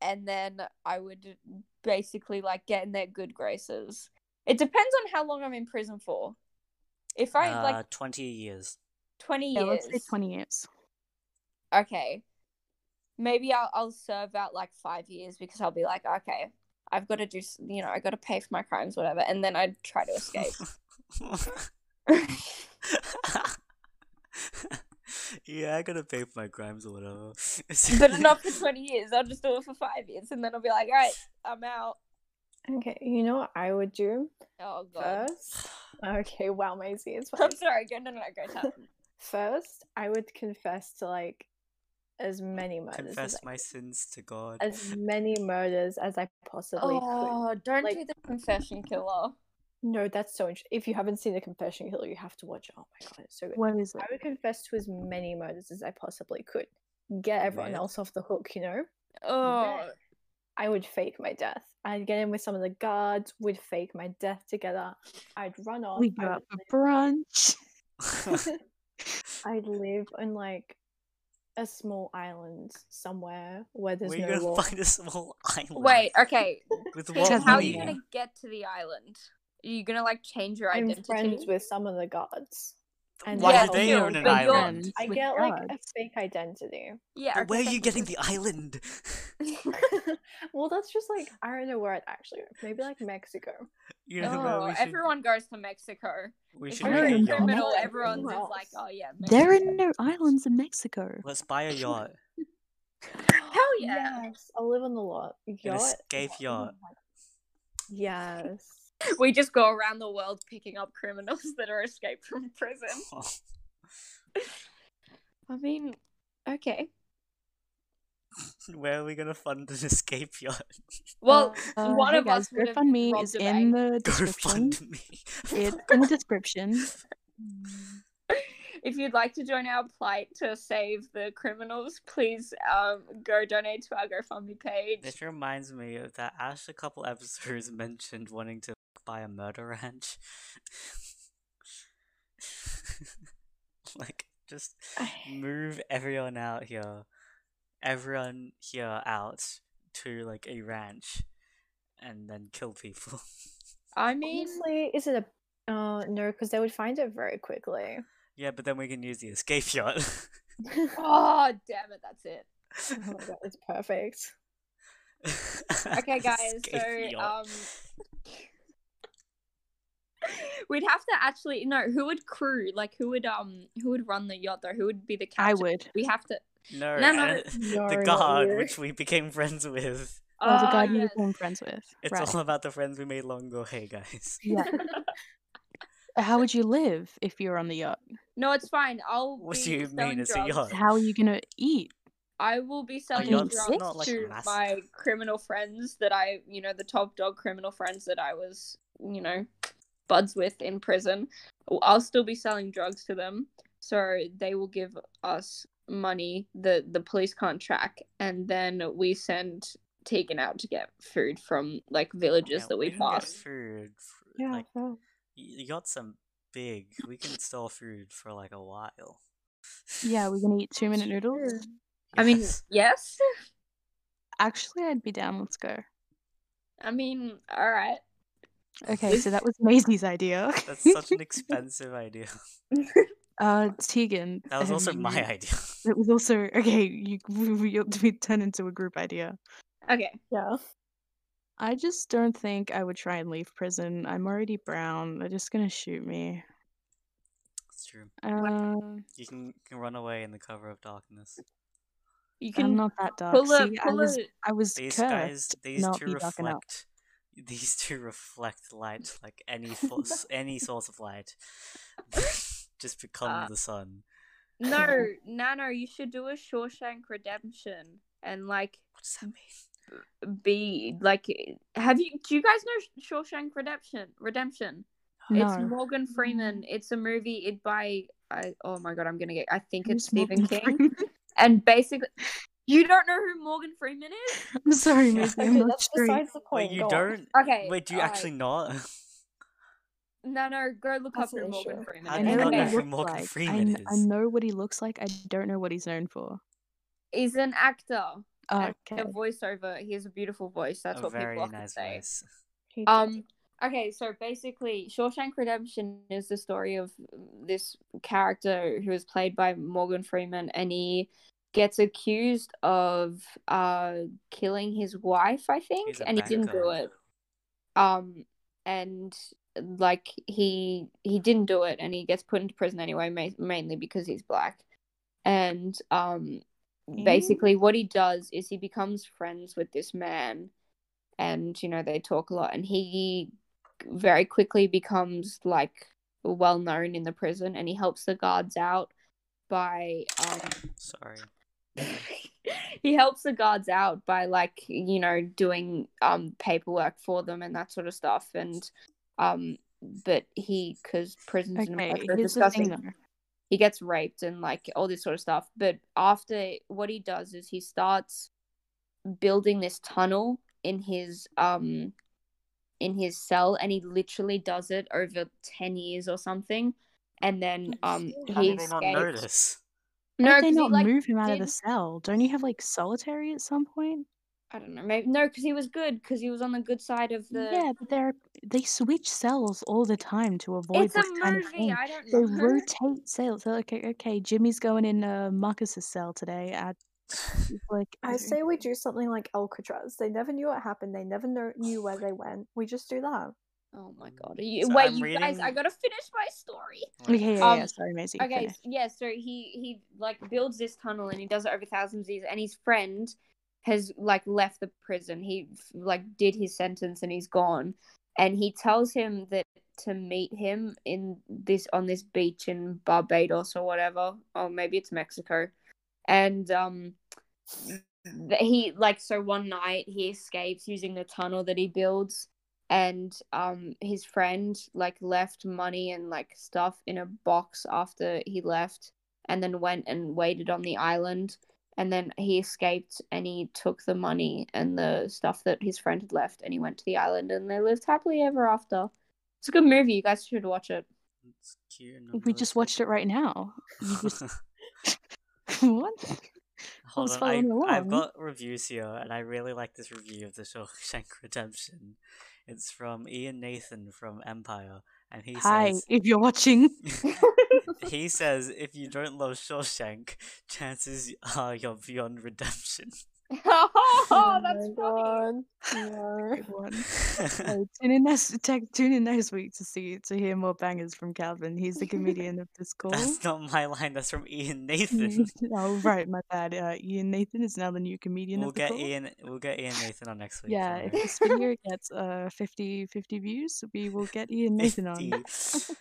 C: and then I would basically like get in their good graces. It depends on how long I'm in prison for. If I
B: uh,
C: like
B: 20
C: *laughs*
B: years.
C: twenty
D: Yeah,
C: years,
D: let's say 20 years.
C: okay, maybe I'll I'll serve out like five years because I'll be like, okay, I've got to do, s- you know, I got to pay for my crimes, whatever, and then I'd try to *laughs* escape.
B: *laughs* yeah, I gotta pay for my crimes or whatever.
C: *laughs* but
B: *laughs*
C: not for 20 years. I'll just do it for five years and then I'll be like, all right, I'm out.
E: Okay, you know what I would do
C: Oh, *sighs* God.
E: first? Okay, wow, Maisie, it's fine.
C: *laughs* I'm sorry. Go, no, no, no, go tell
E: *laughs*
C: them.
E: First, I would confess to like as many murders
B: Confess
E: as, I,
B: my sins to God. *laughs*
C: *laughs*
E: as many murders as I possibly could.
C: Oh, don't
E: Like-
C: do the confession killer.
E: No, that's so interesting. If you haven't seen the confession killer, you have to watch it. Oh my god, it's so good.
D: What is it?
E: I would confess to as many murders as I possibly could. Get everyone
B: Right.
E: else off the hook, you know?
C: Oh,
E: I would fake my death. I'd get in with some of the guards, would fake my death together. I'd run off.
D: We
E: I
D: go out
E: would
D: for brunch.
E: live- I'd live on like a small island somewhere where there's
B: Where you
E: no
B: gonna
E: law.
B: find a small *laughs* island?
C: wait. Okay.
B: With
C: Tim,
B: what
D: Because
C: how are you
B: money?
C: going to get to the island? Are you going to like change your
E: I'm
C: identity?
E: friends with some of the guards. And
B: Why
C: Yeah,
B: do they
C: you,
D: *laughs*
B: own an
C: but you're-
B: island?
D: Friends
E: I
D: with
E: get like a
D: God.
E: fake identity. *laughs*
C: yeah.
B: *laughs* But
C: okay,
B: where are
C: thank
B: you getting the island? *laughs*
E: well, that's just like I don't know where it actually. Maybe like Mexico.
B: You know where
C: Oh,
B: we should,
C: everyone goes to Mexico.
B: we
E: If
B: should
E: you're
B: make a
D: in
B: yacht.
D: Germany-
C: criminal,
E: Mexico.
C: everyone's just
E: Wow.
C: like, oh, yeah.
D: There are
C: Mexico.
D: no islands in Mexico.
B: Let's buy a
C: *laughs*
B: yacht.
C: *gasps*
B: *laughs*
C: Hell *laughs* *gasps* yeah.
E: Yes, I'll live on the lot. Yacht.
B: escape
E: *laughs* oh
B: yacht.
E: my- Yes.
C: We just go around the world picking up criminals *laughs* that are escaped from prison. I mean, okay.
B: Where are we gonna fund an escape yacht? *laughs*
C: Well,
D: Uh,
C: one
D: hey
C: of
D: guys,
C: us would have
D: GoFundMe
C: robbed
D: is
C: a
D: in the
B: Go
D: description.
B: fund me. *laughs*
D: It's in the description.
C: *laughs* if you'd like to join our plight to save the criminals, please um, go donate to our GoFundMe page.
B: This reminds me of that Ash a couple episodes *laughs* mentioned wanting to buy a murder ranch. *laughs* like, just move everyone out here, everyone here out to like a ranch, and then kill people. *laughs*
C: I mean,
E: Honestly, is it a? Uh, no, because they would find it very quickly.
B: yeah, but then we can use the escape yacht. *laughs*
D: *laughs*
C: *laughs* oh, damn it, that's it.
E: Oh my god, it's perfect.
C: Okay, guys,
B: Escape
C: so,
B: yacht.
C: um, We'd have to actually no. Who would crew? Like, who would um? Who would run the yacht though? Who would be the captain?
D: I would.
C: We have to.
B: no,
C: no, no,
B: uh,
E: No,
B: the
E: not
B: guard,
E: you.
B: which we became friends with.
D: Oh, the
C: Oh,
D: guy you
C: yes.
D: became friends with.
B: It's
D: right.
B: all about the friends we made long ago. Hey guys.
D: Yeah. Uh, How would you live if you were on
B: *laughs*
D: the yacht?
C: *laughs* No, it's fine. I'll.
B: What
C: be
B: do you mean?
C: selling
B: It's a
C: drugs.
B: yacht.
D: How are you gonna eat?
C: I will be selling
D: yacht's
C: drugs
B: not, like,
C: to
B: massive.
C: my criminal friends that I, you know, the top dog criminal friends that I was, you know, buds with in prison. I'll still be selling drugs to them, so they will give us money that the police can't track, and then we send Tegan out to get food from like villages
B: Yeah,
C: that we,
B: can get
C: pass.
B: Food. For,
E: *laughs* *laughs* Yeah,
B: Like,
E: well,
B: y- yachts are big. We can store food for like a while.
D: Yeah,
B: *laughs*
D: we're gonna eat two minute noodles.
C: I *laughs* mean,
B: Yes.
C: yes.
D: Actually, I'd be down. Let's go.
C: I mean, all right.
B: *laughs*
D: Okay, so that was Maisie's idea.
B: That's such an expensive idea.
D: *laughs* Uh, Tegan.
B: That was also
D: have
B: my
D: you-
B: idea. *laughs*
D: It was also okay. You you'll be turned into a group idea.
C: Okay.
E: Yeah.
D: I just don't think I would try and leave prison. I'm already brown. They're just gonna shoot me.
B: It's true.
D: Uh,
B: You can, you can run away in the cover of darkness.
C: You
D: I'm
C: can
D: not that dark.
C: pull a
D: See, I
C: pull
D: was
C: a
D: I was
B: These
D: cursed.
B: guys,
D: to
B: these
D: not
B: two
D: be dark enough.
B: reflect. These two reflect
D: *laughs*
B: light like any force, any source of light. *laughs* Just become
C: Uh,
B: the sun.
D: *laughs*
C: no, Nano. You should do a Shawshank Redemption and like
B: What does
D: Mm.
B: that mean?
C: be like. Have you? Do you guys know Shawshank Redemption? Redemption. It's
D: No. Mm.
C: Morgan Freeman. It's a movie. It by. I, oh my god, I'm gonna get. I think it's
D: Who's Morgan
C: Stephen King.
D: Freeman?
C: And basically, you don't know who Morgan Freeman is?
D: *laughs* I'm sorry,
B: Yeah.
C: *laughs*
D: Maisie. I'm
E: Okay,
D: not
E: that's
D: straight.
E: besides the point.
C: Oh
B: Wait, you
E: go on.
B: don't?
C: Okay.
B: Wait, do you
C: alright.
B: actually not? *laughs*
C: No, no. Go look
E: That's
C: up who
E: an
C: Morgan
E: issue.
C: Freeman.
B: How
D: I
B: do
C: is.
B: you
D: know
B: not
D: what
B: know
D: he
C: Okay.
B: who
D: looks
B: Morgan
D: like. I,
B: Freeman
D: kn- I
B: is?
D: know what he looks like. I don't know what he's known for.
C: He's an actor.
D: Uh,
C: and
D: okay.
C: A voiceover. He has a beautiful voice. That's
B: a
C: what
B: very
C: people often
B: nice
C: say.
B: voice.
E: He
C: Um. Okay, so basically, Shawshank Redemption is the story of this character who is played by Morgan Freeman, and he gets accused of uh killing his wife, I think,
B: He's a
C: and he didn't do
B: banker.
C: it. Um, and like he he didn't do it, and he gets put into prison anyway, ma- mainly because he's black. And um, basically, what he does is he becomes friends with this man and you know they talk a lot and he very quickly becomes like well known in the prison and he helps the guards out by um
B: Sorry.
C: *laughs* he helps the guards out by like you know doing um paperwork for them and that sort of stuff and um but he because prisons and all that
D: Okay,
C: are
D: here's the thing
C: disgusting
D: though.
C: he gets raped and like all this sort of stuff. But after what he does is he starts building this tunnel in his um in his cell and he literally does it over 10 years or something and then um
B: How
C: he
B: did they not know *laughs*
C: escapes.
B: this?
C: no
D: Why did
C: 'cause
D: they
C: he,
D: not
C: like,
D: move him out of the
C: did-
D: cell? Don't you have like solitary at some point?
C: i don't know maybe no because he was good because he was on the good side of the
D: Yeah, but they're they switch cells all the time to avoid
C: it's a
D: this kind of
C: movie
D: thing.
C: i don't
D: They
B: *laughs*
C: know
D: rotate cells. They're like, "Okay, okay, Jimmy's going in uh, Marcus's cell today. At like,
E: I
D: uh,
E: say we do something like Alcatraz. They never knew what happened. They never know, knew where they went. We just do that.
C: *laughs* oh my god are you,
B: So
C: wait
B: I'm
C: you guys i
B: reading-
C: gotta finish my story
D: okay, yeah, yeah,
C: Um,
D: yeah, sorry, Maisie.
C: Okay,
D: finish.
C: s- yeah, so he he like builds this tunnel and he does it over thousands of years and his friend has like left the prison. He f- like did his sentence and he's gone. And he tells him that to meet him in this on this beach in Barbados or whatever, or maybe it's Mexico. And um th- he like so one night he escapes using the tunnel that he builds and um his friend like left money and like stuff in a box after he left and then went and waited on the island and then he escaped and he took the money and the stuff that his friend had left and he went to the island and they lived happily ever after it's a good movie you guys should watch it *laughs*
B: It's cute and
D: We just watched it right now. You
B: *laughs*
D: just *laughs*
B: realistic.
D: what?
B: Hold
D: was
B: on, I,
D: following
B: I've
D: along.
B: got reviews here, and I really like this review of the *laughs* Shawshank Redemption. It's from Ian Nathan from Empire, and he
D: Hi, *laughs*
B: says, *laughs*
D: if you're watching,
B: he says, if you don't love Shawshank, chances are you're beyond redemption.
C: oh that's funny
E: my God. *laughs* No.
D: good one. So tune in next tech- tune in next week to see to hear more bangers from Calvin. He's the comedian of this
B: *laughs*
D: call. *laughs*
B: That's not my line. That's from Ian Nathan.
D: oh right, my bad. Uh, Ian Nathan is now the new comedian
B: we'll
D: of the
B: get
D: call.
B: Ian. We'll get Ian Nathan on next week.
D: Yeah,
B: don't
D: if
B: worry.
D: this video gets uh 50, 50 views, we will
B: *laughs*
D: get Ian Nathan on. *laughs*
B: 50.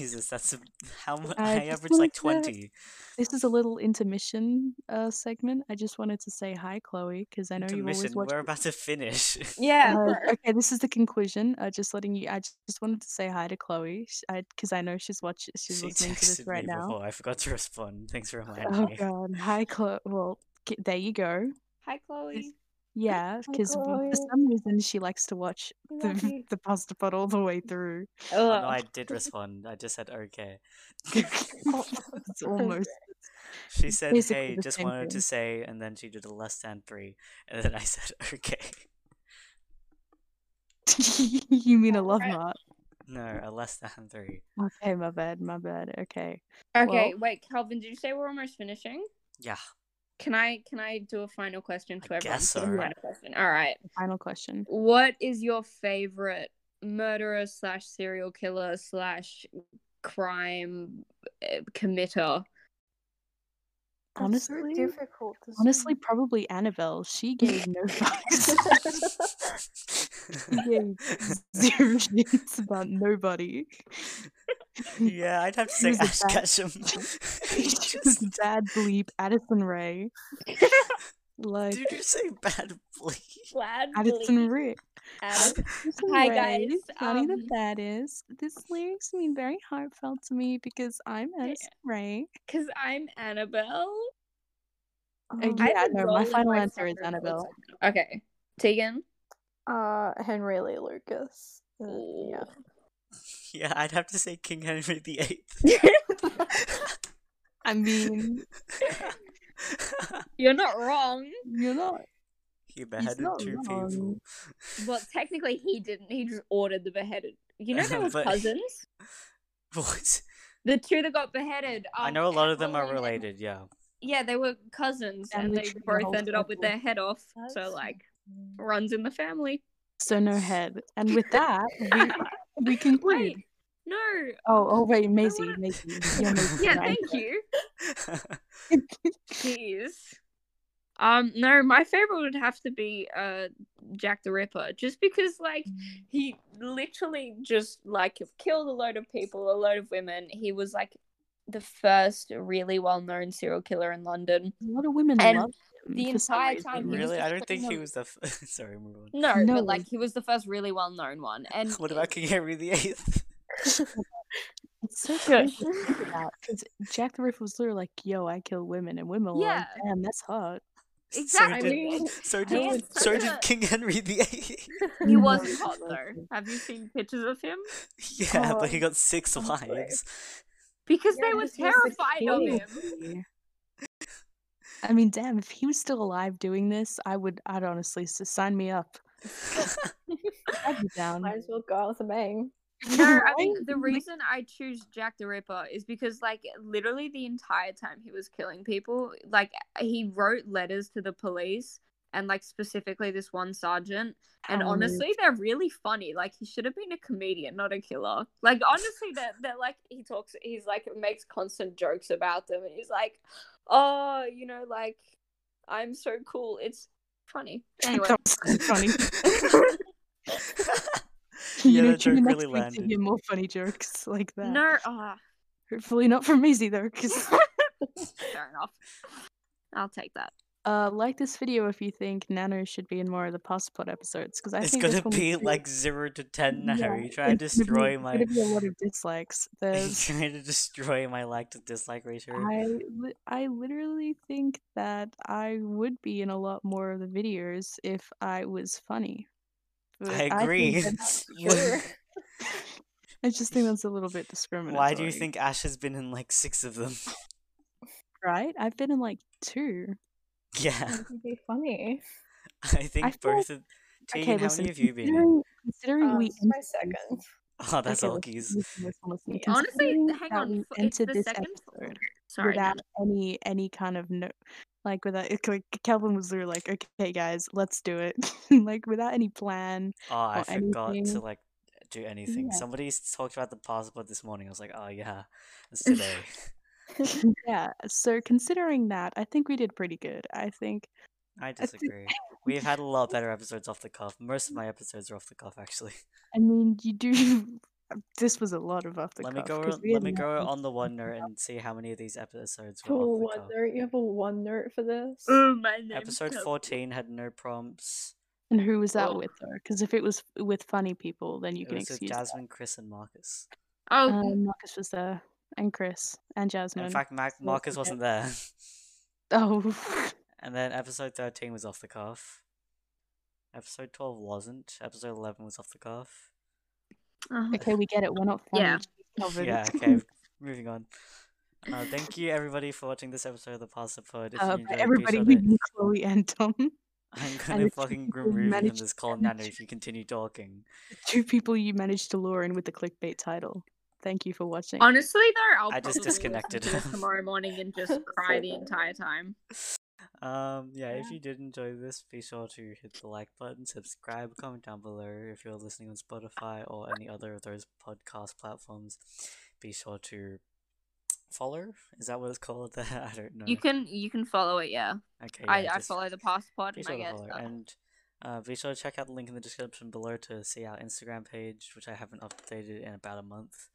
B: Jesus, that's a, how much?
D: I
B: I
D: just
B: average like
D: wanted to-
B: twenty.
D: This is a little intermission uh segment. I just wanted to say hi, Chloe, because I know you always
B: Intermission.
D: watch.
B: We're about to finish. *laughs*
C: yeah
D: Uh,
C: bro.
D: okay, this is the conclusion. Uh, just letting you. I just, just wanted to say hi to Chloe, because I, 'cause I know she's watch. She's
B: she
D: listening to this
B: texted
D: right
B: me
D: now.
B: before. I forgot to respond. Thanks for reminding
D: Oh
B: me.
D: god, hi Chloe. Well, k- there you go.
C: hi chloe
D: Yeah,
E: Hi,
D: because for
E: Chloe.
D: some reason she likes to watch
C: We love
D: the, *laughs*
C: you.
D: the pasta pot all the way through. *laughs*
B: Oh,
C: Ugh.
B: no, I did respond. I just said okay.
D: it's almost.
B: *laughs* She said,
D: Oh. basically
B: "Hey,
D: the
B: just
D: same
B: wanted to
D: thing.
B: say," *laughs* and then she did a less than three, and then I said, "Okay."
D: *laughs* you mean a love
E: Right.
D: knot?
B: No, a less than
D: *laughs*
B: three.
D: Okay, my bad, my bad. Okay.
C: Okay,
D: Well-
C: wait, Calvin, did you say we're almost finishing?
B: Yeah.
C: Can I can I do a final question to
B: I
C: everyone?
B: guess
C: Just a
B: so.
C: Final question. All right.
D: Final question.
C: What is your favorite murderer slash serial killer slash crime uh,
D: *laughs*
C: committer?
E: That's so
D: Honestly,
E: difficult. to
D: honestly,
E: say.
D: probably Annabelle. She
C: *laughs*
D: gave no fucks. She gave *laughs*
C: *laughs*
D: zero shits about nobody.
B: *laughs* yeah, I'd have to say
D: Who's the
B: Ash Ketchum.
D: *laughs*
B: *laughs*
D: She was bad bleep Addison Ray. Like
B: Did
D: *laughs*
B: you say bad bleep? *laughs*
C: Glad
D: Addison Ray.
C: *laughs* Adam.
D: Addison
C: Hi,
D: Rae,
C: guys,
D: it's Funny
C: um,
D: that that is. This lyrics mean very heartfelt to me because I'm
C: Yeah.
D: Addison
C: *laughs*
D: Ray.
C: Because I'm Annabelle.
D: Uh,
E: Um,
D: yeah,
C: I've been
D: no, my
C: rolling
D: final answer
C: sucker
D: is
C: until
D: Annabelle.
C: it's like- Okay.
B: *laughs*
C: Tegan?
E: Uh, Henry Lee Lucas. Uh, yeah.
B: Yeah, I'd have to say King Henry the Eighth. *laughs*
D: I mean,
C: You're not wrong.
D: you're not.
B: he beheaded
D: not
B: two people.
D: wrong.
C: Well, technically, he didn't. He just ordered the beheaded. You know, they were
B: *laughs* But-
C: cousins.
B: *laughs* What?
C: The two that got beheaded.
B: I
C: um,
B: know a lot of them are
C: Helen and-
B: related.
D: *laughs*
B: Yeah.
C: yeah, they were cousins, and,
D: And
C: they
D: literally the
C: both
D: whole
C: ended up with
D: circle.
C: their head off. So,
E: That's-
C: like,
E: Oh.
C: runs in the family.
D: So no head. And with that, we, we conclude.
C: *laughs* Wait, no.
D: Oh, oh wait, Maisie,
C: wanna-
D: Maisie.
C: *laughs*
B: *laughs*
D: You're Maisie
C: Yeah,
D: now.
C: thank you.
D: *laughs*
C: Jeez. Um, no, my favorite would have to be uh Jack the Ripper, just because like he literally just like killed a load of people, a load of women. He was like the first really well known serial killer in London.
D: A lot of women
C: And
D: love him
C: the
D: for some
C: entire
D: reason.
C: time he was
B: really? I
C: just
B: don't think
C: putting
B: he
C: a-
B: was the. F- *laughs* Sorry, move on.
C: No,
D: No.
C: but like he was the first really well known one. And
B: *laughs* What about King Henry the Eighth? *laughs*
D: It's so
C: Good.
D: crazy to think about because Jack the Ripper was literally like, "Yo, I kill women," and women were like,
C: Yeah.
D: "Damn,
B: *laughs*
D: that's hot."
B: So
C: Exactly.
B: did,
C: I mean, *laughs*
B: so
C: he
B: did,
C: is
B: so
C: such
B: did
C: a-
B: King Henry the Eighth. *laughs*
C: he *laughs*
D: No,
C: was
D: it's
C: hot
D: like-
C: though. Have you seen pictures of him?
B: yeah, but he
E: Oh,
B: got six
E: I'm
D: *laughs*
E: sorry.
B: wives.
C: Because
E: Yeah,
C: they were
E: because he was the
C: terrified of
E: king.
C: him.
D: Yeah. I mean, damn, if he was still alive doing this, I would. I'd honestly s- sign me up. I'd be down. *laughs*
E: *laughs* Might as well go out with
C: *laughs*
E: a bang.
C: No, I mean
D: Right?
C: the
D: Like,
C: reason I choose Jack the Ripper is because like literally the entire time he was killing people, like he wrote letters to the police and like specifically this one sergeant. And
D: how
C: honestly, they're really funny. Like he should have been a comedian, not a killer. Like honestly, they're, they're like he talks, he's like makes constant jokes about them, and he's like, oh, you know, like I'm so cool. It's funny. Anyway,
D: That was so
B: *laughs*
D: funny. *laughs*
B: Yeah,
D: you know,
B: that
D: tune
B: joke
D: in next
B: really
D: week to
B: landed.
D: hear more funny jokes *laughs* like that.
C: no, ah,
D: Hopefully not from Maisie
C: *laughs*
D: though, because
C: fair enough. I'll take that.
D: uh, like this video if you think Nano should be in more of the Passport episodes, because I
B: it's
D: think
B: gonna
D: this one was
B: be
D: pretty-
B: like zero to ten now.
D: Yeah,
B: you try to
D: it's gonna be-
B: destroy
D: it's
B: my.
D: Gonna be a lot of
B: *laughs*
D: dislikes.
B: you
D: There's
B: trying to destroy my like to dislike ratio.
D: I li- I literally think that I would be in a lot more of the videos if I was funny. But
B: I
D: think
B: agree. *laughs*
D: that-
B: Why-
D: I just think that's a little bit discriminatory.
B: *laughs* Why do you think Ash has been in like six of them? *laughs*
D: Right? I've been in like two.
B: yeah,
E: That would be funny.
B: *laughs* I think
D: Mm, feel
B: both. Of... Tegan, how many have you been in? *laughs*
D: considering-
C: Uh,
D: Considering
E: Um,
D: we
E: this is my
D: entered this-
E: second.
B: Oh, that's
D: okay,
B: all
D: listen,
B: keys.
D: listen, listen, listen,
E: Yeah.
C: Honestly,
D: considering
C: hang
D: that
C: on,
D: we
C: f- it's
D: entered
C: the
D: this
C: second-
D: episode
C: Sorry.
D: without
C: Nat.
D: any any kind of no like without it- like Calvin was literally like, okay guys, let's do it. *laughs* like without
B: *laughs*
D: any plan.
B: Oh, I
D: or
B: forgot to
D: anything.
B: like do anything.
D: Yeah.
B: Somebody s- talked about the passport this morning. I was like, oh yeah,
D: *laughs*
B: it's today. *laughs*
D: yeah. So considering that, I think we did pretty good. I think
B: I
D: think-
B: disagree. We've had a
D: *laughs*
B: lot better episodes off the cuff. Most of my episodes are off the cuff, actually.
D: I mean you do *laughs* this was a lot of off the
B: let me
D: cuff,
B: go.
D: 'cause
B: on-
D: we
B: Let
D: had
B: me go
D: nothing
B: on the
D: to
B: one
D: talk
B: note
D: about.
B: and see how many of these episodes were
E: Cool,
B: off the
E: one
B: cuff.
E: note. You have a one note for this.
C: Oh, my name.
B: Episode fourteen had no prompts.
D: And who was that
C: Oh.
D: with though? Because if it was with funny people, then you
B: it
D: can
B: was with
D: excuse that.
B: Jasmine, Chris, and Marcus.
C: Oh,
D: Um, Marcus was there, and Chris, and Jasmine.
B: In fact, Mac-
D: so
B: Marcus
D: okay.
B: wasn't there. *laughs*
D: oh, *laughs*
B: And then episode 13 was off the cuff. Episode 12 wasn't. Episode 11 was off the cuff.
C: uh,
D: okay, we get it. We're not funny.
C: Yeah.
D: she's
B: *laughs*
D: covered. *laughs*
B: Yeah, okay, moving on. Uh, thank you everybody for watching this episode of the Pasta Pod. If
D: Uh,
B: you
D: but
B: enjoyed,
D: *laughs*
B: please
D: everybody, we
B: share it.
D: *laughs* mean Chloe and Tom.
B: I'm
D: And
B: gonna
D: the two
B: fucking
D: people
B: remove you from
D: managed
B: this call
D: and the
B: Nano if
D: two-
B: you continue talking.
D: Two people you managed to lure in with the clickbait title. Thank you for watching.
C: Honestly, though, I'll
B: I just
C: probably listen
B: disconnected.
C: to this tomorrow morning and *laughs* just cry
E: So
C: the
E: bad.
C: entire time.
B: Um, yeah, if you did enjoy this, be sure to hit the like button, subscribe, comment down below. If you're listening on Spotify or any other of those podcast platforms, be sure to follow. Is that what it's called? *laughs* I don't know.
C: You can you can follow it, yeah.
B: Okay,
C: I,
B: yeah,
C: I
B: just-
C: follow the passport
B: Be
C: and
B: sure
C: I
B: to
C: get
B: follow.
C: stuff.
B: And uh, be sure to check out the link in the description below to see our Instagram page, which I haven't updated in about a month,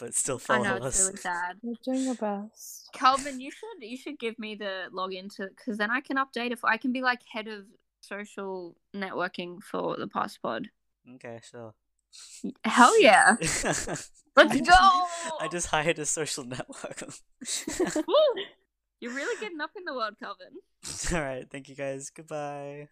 B: but still
C: I
B: follow
C: know
B: us.
C: it's
B: *laughs*
C: really sad.
E: You're doing your best.
C: Calvin, you should you should give me the login to because then I can update if I can be like head of social networking for the passport.
B: Okay, sure. *laughs*
C: Hell yeah. *laughs* Let's
B: I just-
C: go!
B: I just hired a social *laughs* network.
C: Woo! You're really getting up in the world, Calvin.
B: All right, thank you guys. Goodbye.